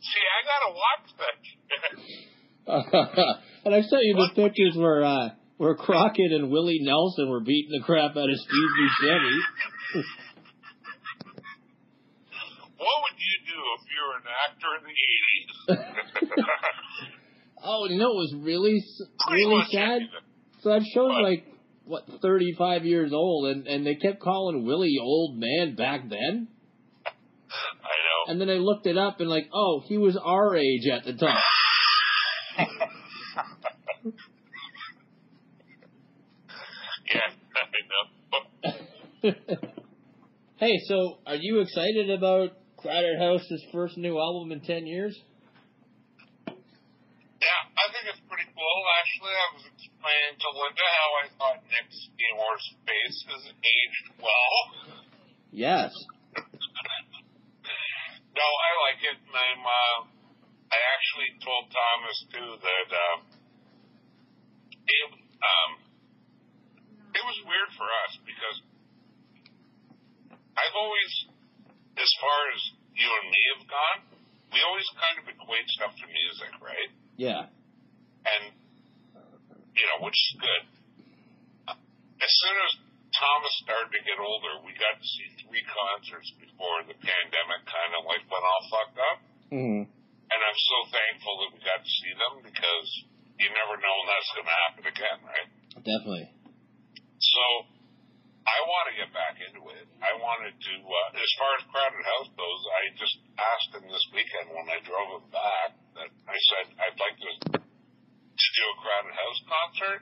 [SPEAKER 5] See, I gotta watch that. shit.
[SPEAKER 4] and I sent you the pictures where uh, where Crockett and Willie Nelson were beating the crap out of Steve Buscemi.
[SPEAKER 5] what would you do if you were an actor in the eighties?
[SPEAKER 4] Oh, you know it was really s- really sad. So that show's
[SPEAKER 5] What?
[SPEAKER 4] like what thirty five years old, and and they kept calling Willie old man back then.
[SPEAKER 5] I know.
[SPEAKER 4] And then I looked it up and like, oh, he was our age at the time.
[SPEAKER 5] Yeah, I know. But
[SPEAKER 4] hey, so are you excited about Crowded House's first new album in ten years?
[SPEAKER 5] yeah, I think it's pretty cool. Actually, I was explaining to Linda how I thought Nick's Seymour Space has aged well.
[SPEAKER 4] Yes.
[SPEAKER 5] No, I like it, and I'm. Uh, I actually told Thomas too that um, it um, it was weird for us because I've always, as far as you and me have gone, we always kind of equate stuff to music, right?
[SPEAKER 4] Yeah.
[SPEAKER 5] and you know, which is good. As soon as Thomas started to get older, we got to see three concerts before the pandemic kind of like went all fucked up,
[SPEAKER 4] Mm-hmm.
[SPEAKER 5] and I'm so thankful that we got to see them because you never know when that's going to happen again, right?
[SPEAKER 4] Definitely.
[SPEAKER 5] So I want to get back into it. I wanted to, uh, as far as Crowded House goes, I just asked him this weekend when I drove him back that I said I'd like to to do a Crowded House concert,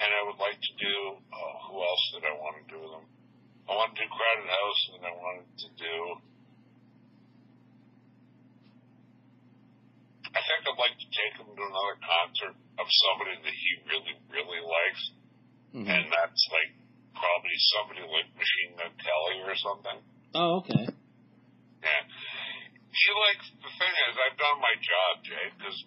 [SPEAKER 5] and I would like to do oh, who else did I want to do with him? I want to do Crowded House, and I wanted to do. I think I'd like to take him to another concert of somebody that he really, really likes and that's like probably somebody like Machine Gun Kelly or something.
[SPEAKER 4] Oh, okay.
[SPEAKER 5] Yeah. She likes the thing is I've done my job, Jay, because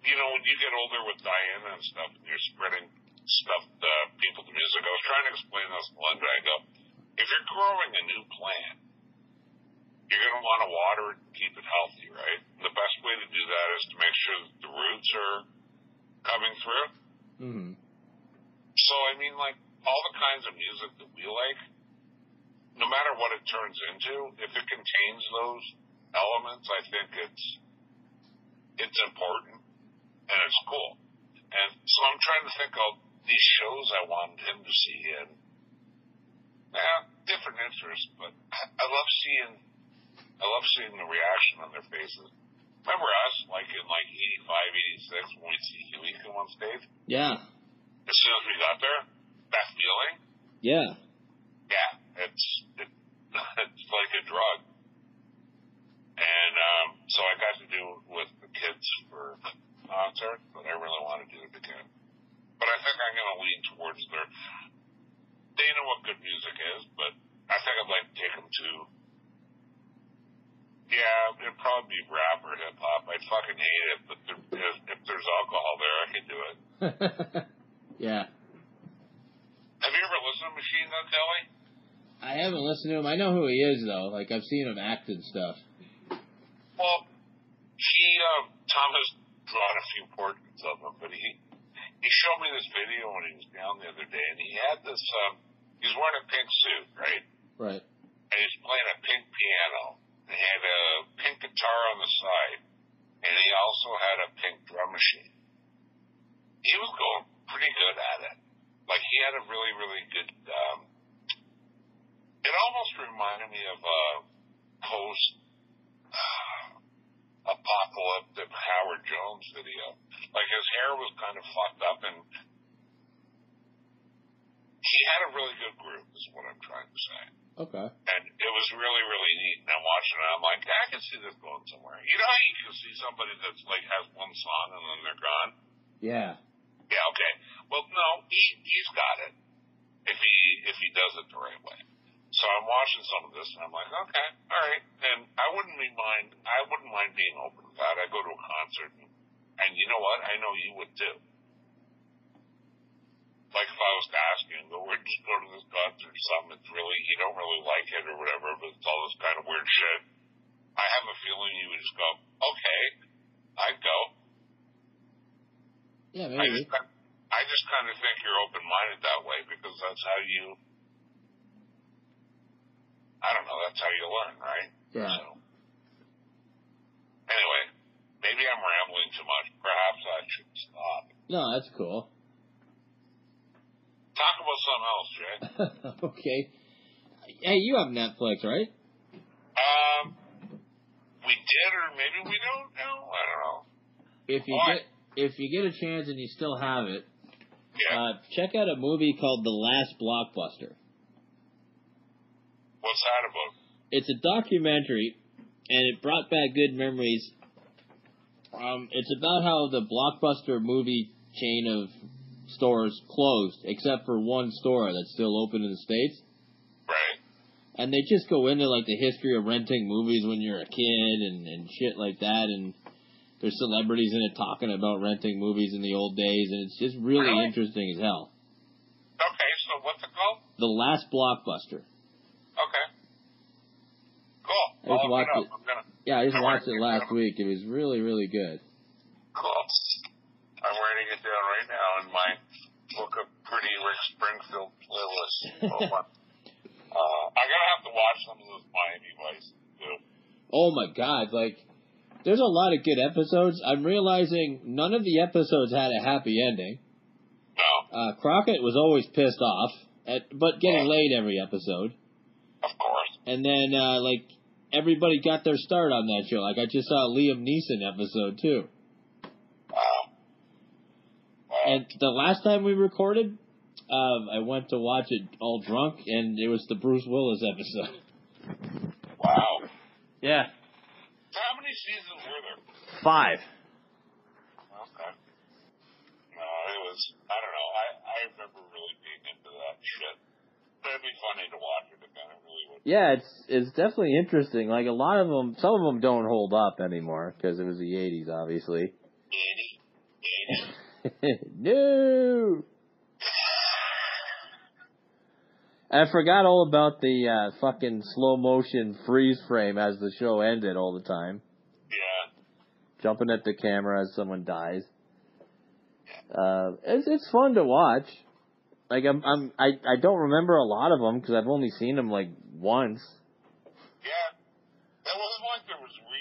[SPEAKER 5] you know when you get older with Diana and stuff, and you're spreading stuff to people to music. I was trying to explain this to Linda. I go, if you're growing a new plant, you're going to want to water it and keep it healthy, right? And the best way to do that is to make sure that the roots are coming through.
[SPEAKER 4] Mm-hmm.
[SPEAKER 5] So, I mean, like, all the kinds of music that we like, no matter what it turns into, if it contains those elements, I think it's, it's important and it's cool. And so I'm trying to think of these shows I wanted him to see and yeah, different interests, but I love seeing I love seeing the reaction on their faces. Remember us, like in like 85, 86, when we'd see Huey come on stage?
[SPEAKER 4] Yeah.
[SPEAKER 5] As soon as we got there, that feeling,
[SPEAKER 4] Yeah.
[SPEAKER 5] yeah, it's it, it's like a drug. And um, so I got to do it with the kids for the concert, but I really want to do it again. But I think I'm going to lean towards their. They know what good music is, but I think I'd like to take them to. Yeah, it'd probably be rap or hip hop. I'd fucking hate it, but there, if, if there's alcohol there, I could do it.
[SPEAKER 4] yeah.
[SPEAKER 5] Have you ever listened to Machine Gun Kelly?
[SPEAKER 4] I haven't listened to him. I know who he is though. Like I've seen him act and stuff.
[SPEAKER 5] Well, he, uh, Tom has drawn a few portraits of him, but he, he showed me this video when he was down the other day, and he had this, um, he's wearing a pink suit, right?
[SPEAKER 4] Right.
[SPEAKER 5] And he's playing a pink piano. And he had a pink guitar on the side, and he also had a pink drum machine. He was going pretty good at it. Like, he had a really, really good, um, it almost reminded me of, uh, post, apocalyptic Howard Jones video. Like his hair was kind of fucked up and he had a really good group is what I'm trying to say.
[SPEAKER 4] Okay.
[SPEAKER 5] And it was really, really neat. And I'm watching it, I'm like, I can see this going somewhere. You know how you can see somebody that's like has one song and then they're gone?
[SPEAKER 4] Yeah.
[SPEAKER 5] Yeah, okay. Well, no, he, he's got it. If he if he does it the right way. So I'm watching some of this and I'm like, okay, all right. And I wouldn't be mind. I wouldn't mind being open to that. I go to a concert, and, and you know what? I know you would too. Like if I was to ask you and go, we're just go to this concert or something. It's really you don't really like it or whatever, but it's all this kind of weird shit. I have a feeling you would just go, okay, I'd go.
[SPEAKER 4] Yeah,
[SPEAKER 5] I just,
[SPEAKER 4] maybe.
[SPEAKER 5] kin- I just kind of think you're open minded that way because that's how you. I don't know. That's how you learn, right?
[SPEAKER 4] Yeah.
[SPEAKER 5] So, anyway, maybe I'm rambling too much. Perhaps I should stop.
[SPEAKER 4] No, that's cool.
[SPEAKER 5] Talk about something else, Jay.
[SPEAKER 4] okay. Hey, you have Netflix, right?
[SPEAKER 5] Um, we did, or maybe we don't know. I don't know.
[SPEAKER 4] If you
[SPEAKER 5] Why?
[SPEAKER 4] get if you get a chance and you still have it,
[SPEAKER 5] Yeah.
[SPEAKER 4] uh, check out a movie called The Last Blockbuster.
[SPEAKER 5] What's that about?
[SPEAKER 4] It's a documentary, and it brought back good memories. Um, it's about how the blockbuster movie chain of stores closed, except for one store that's still open in the states.
[SPEAKER 5] Right.
[SPEAKER 4] and they just go into like the history of renting movies when you're a kid and and shit like that and there's celebrities in it talking about renting movies in the old days and it's just really
[SPEAKER 5] Really?
[SPEAKER 4] interesting as hell
[SPEAKER 5] Okay. So what's it called?
[SPEAKER 4] the last blockbuster
[SPEAKER 5] Okay. Cool.
[SPEAKER 4] I just
[SPEAKER 5] I'll look
[SPEAKER 4] watched
[SPEAKER 5] it up.
[SPEAKER 4] it.
[SPEAKER 5] I'm gonna.
[SPEAKER 4] yeah i just
[SPEAKER 5] I
[SPEAKER 4] watched
[SPEAKER 5] wanna-
[SPEAKER 4] it last week it was really really good
[SPEAKER 5] Cool. I'm writing it down right now in my book of pretty Rick Springfield playlist. Hold on. uh, I'm gonna have to watch some of those Miami Vice too.
[SPEAKER 4] oh my god like there's a lot of good episodes i'm realizing none of the episodes had a happy ending
[SPEAKER 5] No,
[SPEAKER 4] uh, crockett was always pissed off at, but getting laid every episode
[SPEAKER 5] of course.
[SPEAKER 4] And then uh, like everybody got their start on that show. Like I just saw a Liam Neeson episode too.
[SPEAKER 5] Wow. Wow.
[SPEAKER 4] And the last time we recorded, um, I went to watch it all drunk, and it was the Bruce Willis episode.
[SPEAKER 5] wow.
[SPEAKER 4] Yeah,
[SPEAKER 5] So how many seasons were there?
[SPEAKER 4] five.
[SPEAKER 5] Okay. No, it was. I don't know. I I remember really being into that shit. But it'd be funny to watch it again. It really would.
[SPEAKER 4] Yeah, it's it's definitely interesting. Like a lot of them, some of them don't hold up anymore because it was the '80s, obviously.
[SPEAKER 5] Eighty. Eighty.
[SPEAKER 4] no. I forgot all about the uh, fucking slow motion freeze frame as the show ended all the time.
[SPEAKER 5] Yeah.
[SPEAKER 4] Jumping at the camera as someone dies. Uh, it's it's fun to watch. Like I'm I'm I, I don't remember a lot of them because I've only seen them like once.
[SPEAKER 5] Yeah. That wasn't like there was re.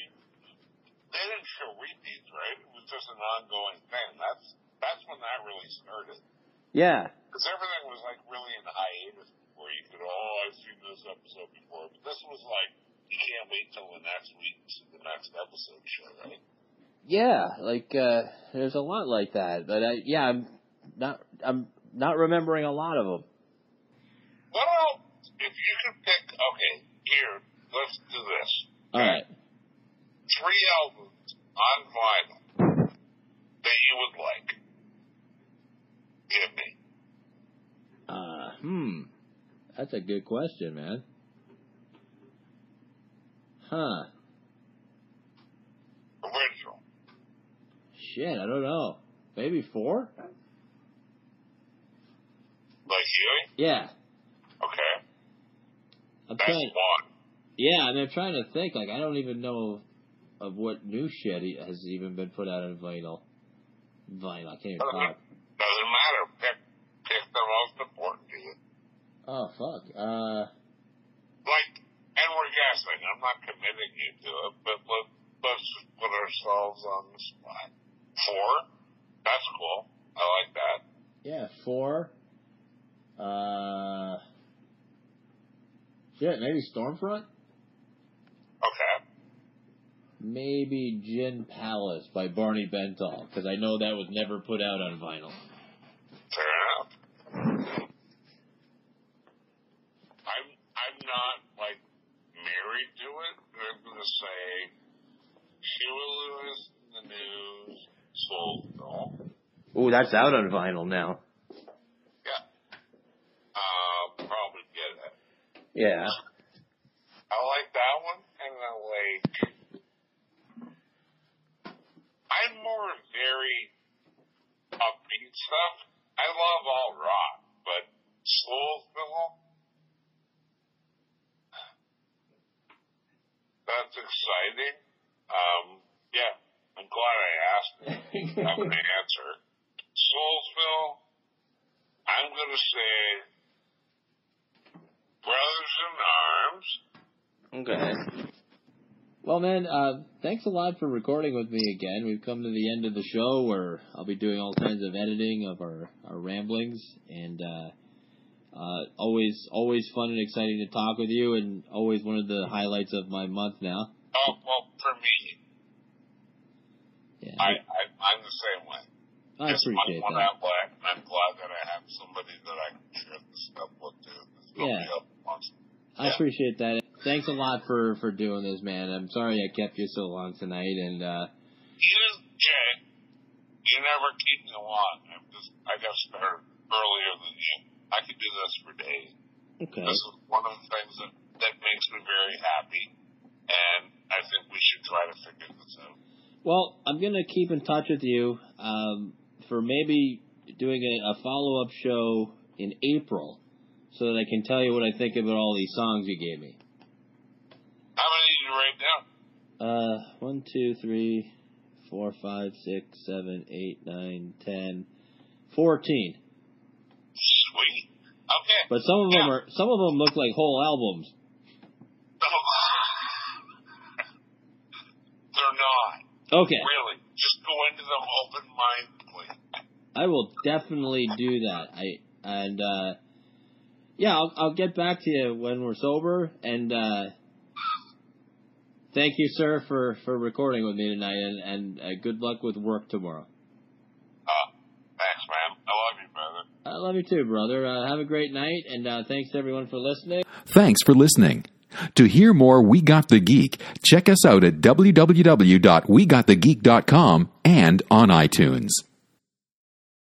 [SPEAKER 5] They didn't show repeats, right? It was just an ongoing thing. That's that's when that really started.
[SPEAKER 4] Yeah,
[SPEAKER 5] Because everything was like really in hiatus before you could. Oh, I've seen this episode before, but this was like you can't wait till the next week to see the next episode show, right?
[SPEAKER 4] yeah. Like uh, there's a lot like that, but I, yeah, I'm not I'm not remembering a lot of them.
[SPEAKER 5] Well, if you could pick, okay, here, let's do this.
[SPEAKER 4] All right.
[SPEAKER 5] Three albums on vinyl that you would like. Give me.
[SPEAKER 4] Uh, hmm. That's a good question, man. Huh.
[SPEAKER 5] Original.
[SPEAKER 4] Shit, I don't know. Maybe four?
[SPEAKER 5] Like Huey?
[SPEAKER 4] Yeah.
[SPEAKER 5] Okay.
[SPEAKER 4] I'm
[SPEAKER 5] That's
[SPEAKER 4] trying.
[SPEAKER 5] one.
[SPEAKER 4] Yeah, I mean, I'm trying to think. Like, I don't even know of what new shit e- has even been put out on vinyl. Vinyl. I can't even talk.
[SPEAKER 5] Doesn't matter. Pick, pick the most important to you.
[SPEAKER 4] Oh fuck. Uh,
[SPEAKER 5] Like, and we're guessing. I'm not committing you to it, but let, let's just put ourselves on the spot. Four? That's cool. I like that.
[SPEAKER 4] yeah, four. Uh, shit, maybe Stormfront.
[SPEAKER 5] Okay.
[SPEAKER 4] Maybe Gin Palace by Barney Bentall, because I know that was never put out on vinyl.
[SPEAKER 5] Fair enough. I'm I'm not like married to it. I'm gonna say Sheila Lewis, in the news, Soul Doll.
[SPEAKER 4] Ooh, that's out on vinyl now.
[SPEAKER 5] Yeah. Uh, probably get it.
[SPEAKER 4] Yeah.
[SPEAKER 5] I like that one, and I like. I'm more very upbeat stuff. I love all rock, but soul film. That's exciting. Um, yeah, I'm glad I asked. I'm gonna answer. Soulsville. I'm gonna say Brothers in Arms.
[SPEAKER 4] Okay. Well, man, uh, thanks a lot for recording with me again. We've come to the end of the show where I'll be doing all kinds of editing of our, our ramblings, and uh, uh, always always fun and exciting to talk with you, and always one of the highlights of my month now.
[SPEAKER 5] Oh well, for me,
[SPEAKER 4] Yeah,
[SPEAKER 5] I, I I'm the same way.
[SPEAKER 4] I
[SPEAKER 5] Just one-
[SPEAKER 4] appreciate
[SPEAKER 5] one
[SPEAKER 4] that.
[SPEAKER 5] out black, and I'm glad that I have somebody that I can share this stuff with too. There's nobody
[SPEAKER 4] Yeah.
[SPEAKER 5] else that wants to.
[SPEAKER 4] I appreciate that. Thanks a lot for for doing this, man. I'm sorry I kept you so long tonight, and uh,
[SPEAKER 5] You, Jay, you never keep me long. I'm just I got started earlier than you. I could do this for days.
[SPEAKER 4] okay,
[SPEAKER 5] This is one of the things that that makes me very happy, and I think we should try to figure this out.
[SPEAKER 4] Well, I'm gonna keep in touch with you um, for maybe doing a, a follow up show in April, so that I can tell you what I think about all these songs you gave me.
[SPEAKER 5] I'm gonna need you right now.
[SPEAKER 4] Uh, one, two, three, four, five, six, seven, eight, nine, ten, fourteen.
[SPEAKER 5] Sweet. Okay.
[SPEAKER 4] But some of them
[SPEAKER 5] Yeah.
[SPEAKER 4] are some of them look like whole albums.
[SPEAKER 5] They're not.
[SPEAKER 4] Okay,
[SPEAKER 5] Really. Just go into them open mindedly.
[SPEAKER 4] I will definitely do that. I and uh, yeah, I'll, I'll get back to you when we're sober. And uh, thank you, sir, for for recording with me tonight. And and uh, good luck with work tomorrow.
[SPEAKER 5] Uh, thanks, man. I love you, brother.
[SPEAKER 4] I love you too, brother. Uh, have a great night, and uh, thanks to everyone for listening.
[SPEAKER 1] Thanks for listening. To hear more We Got the Geek, check us out at www.wegotthegeek.com and on iTunes.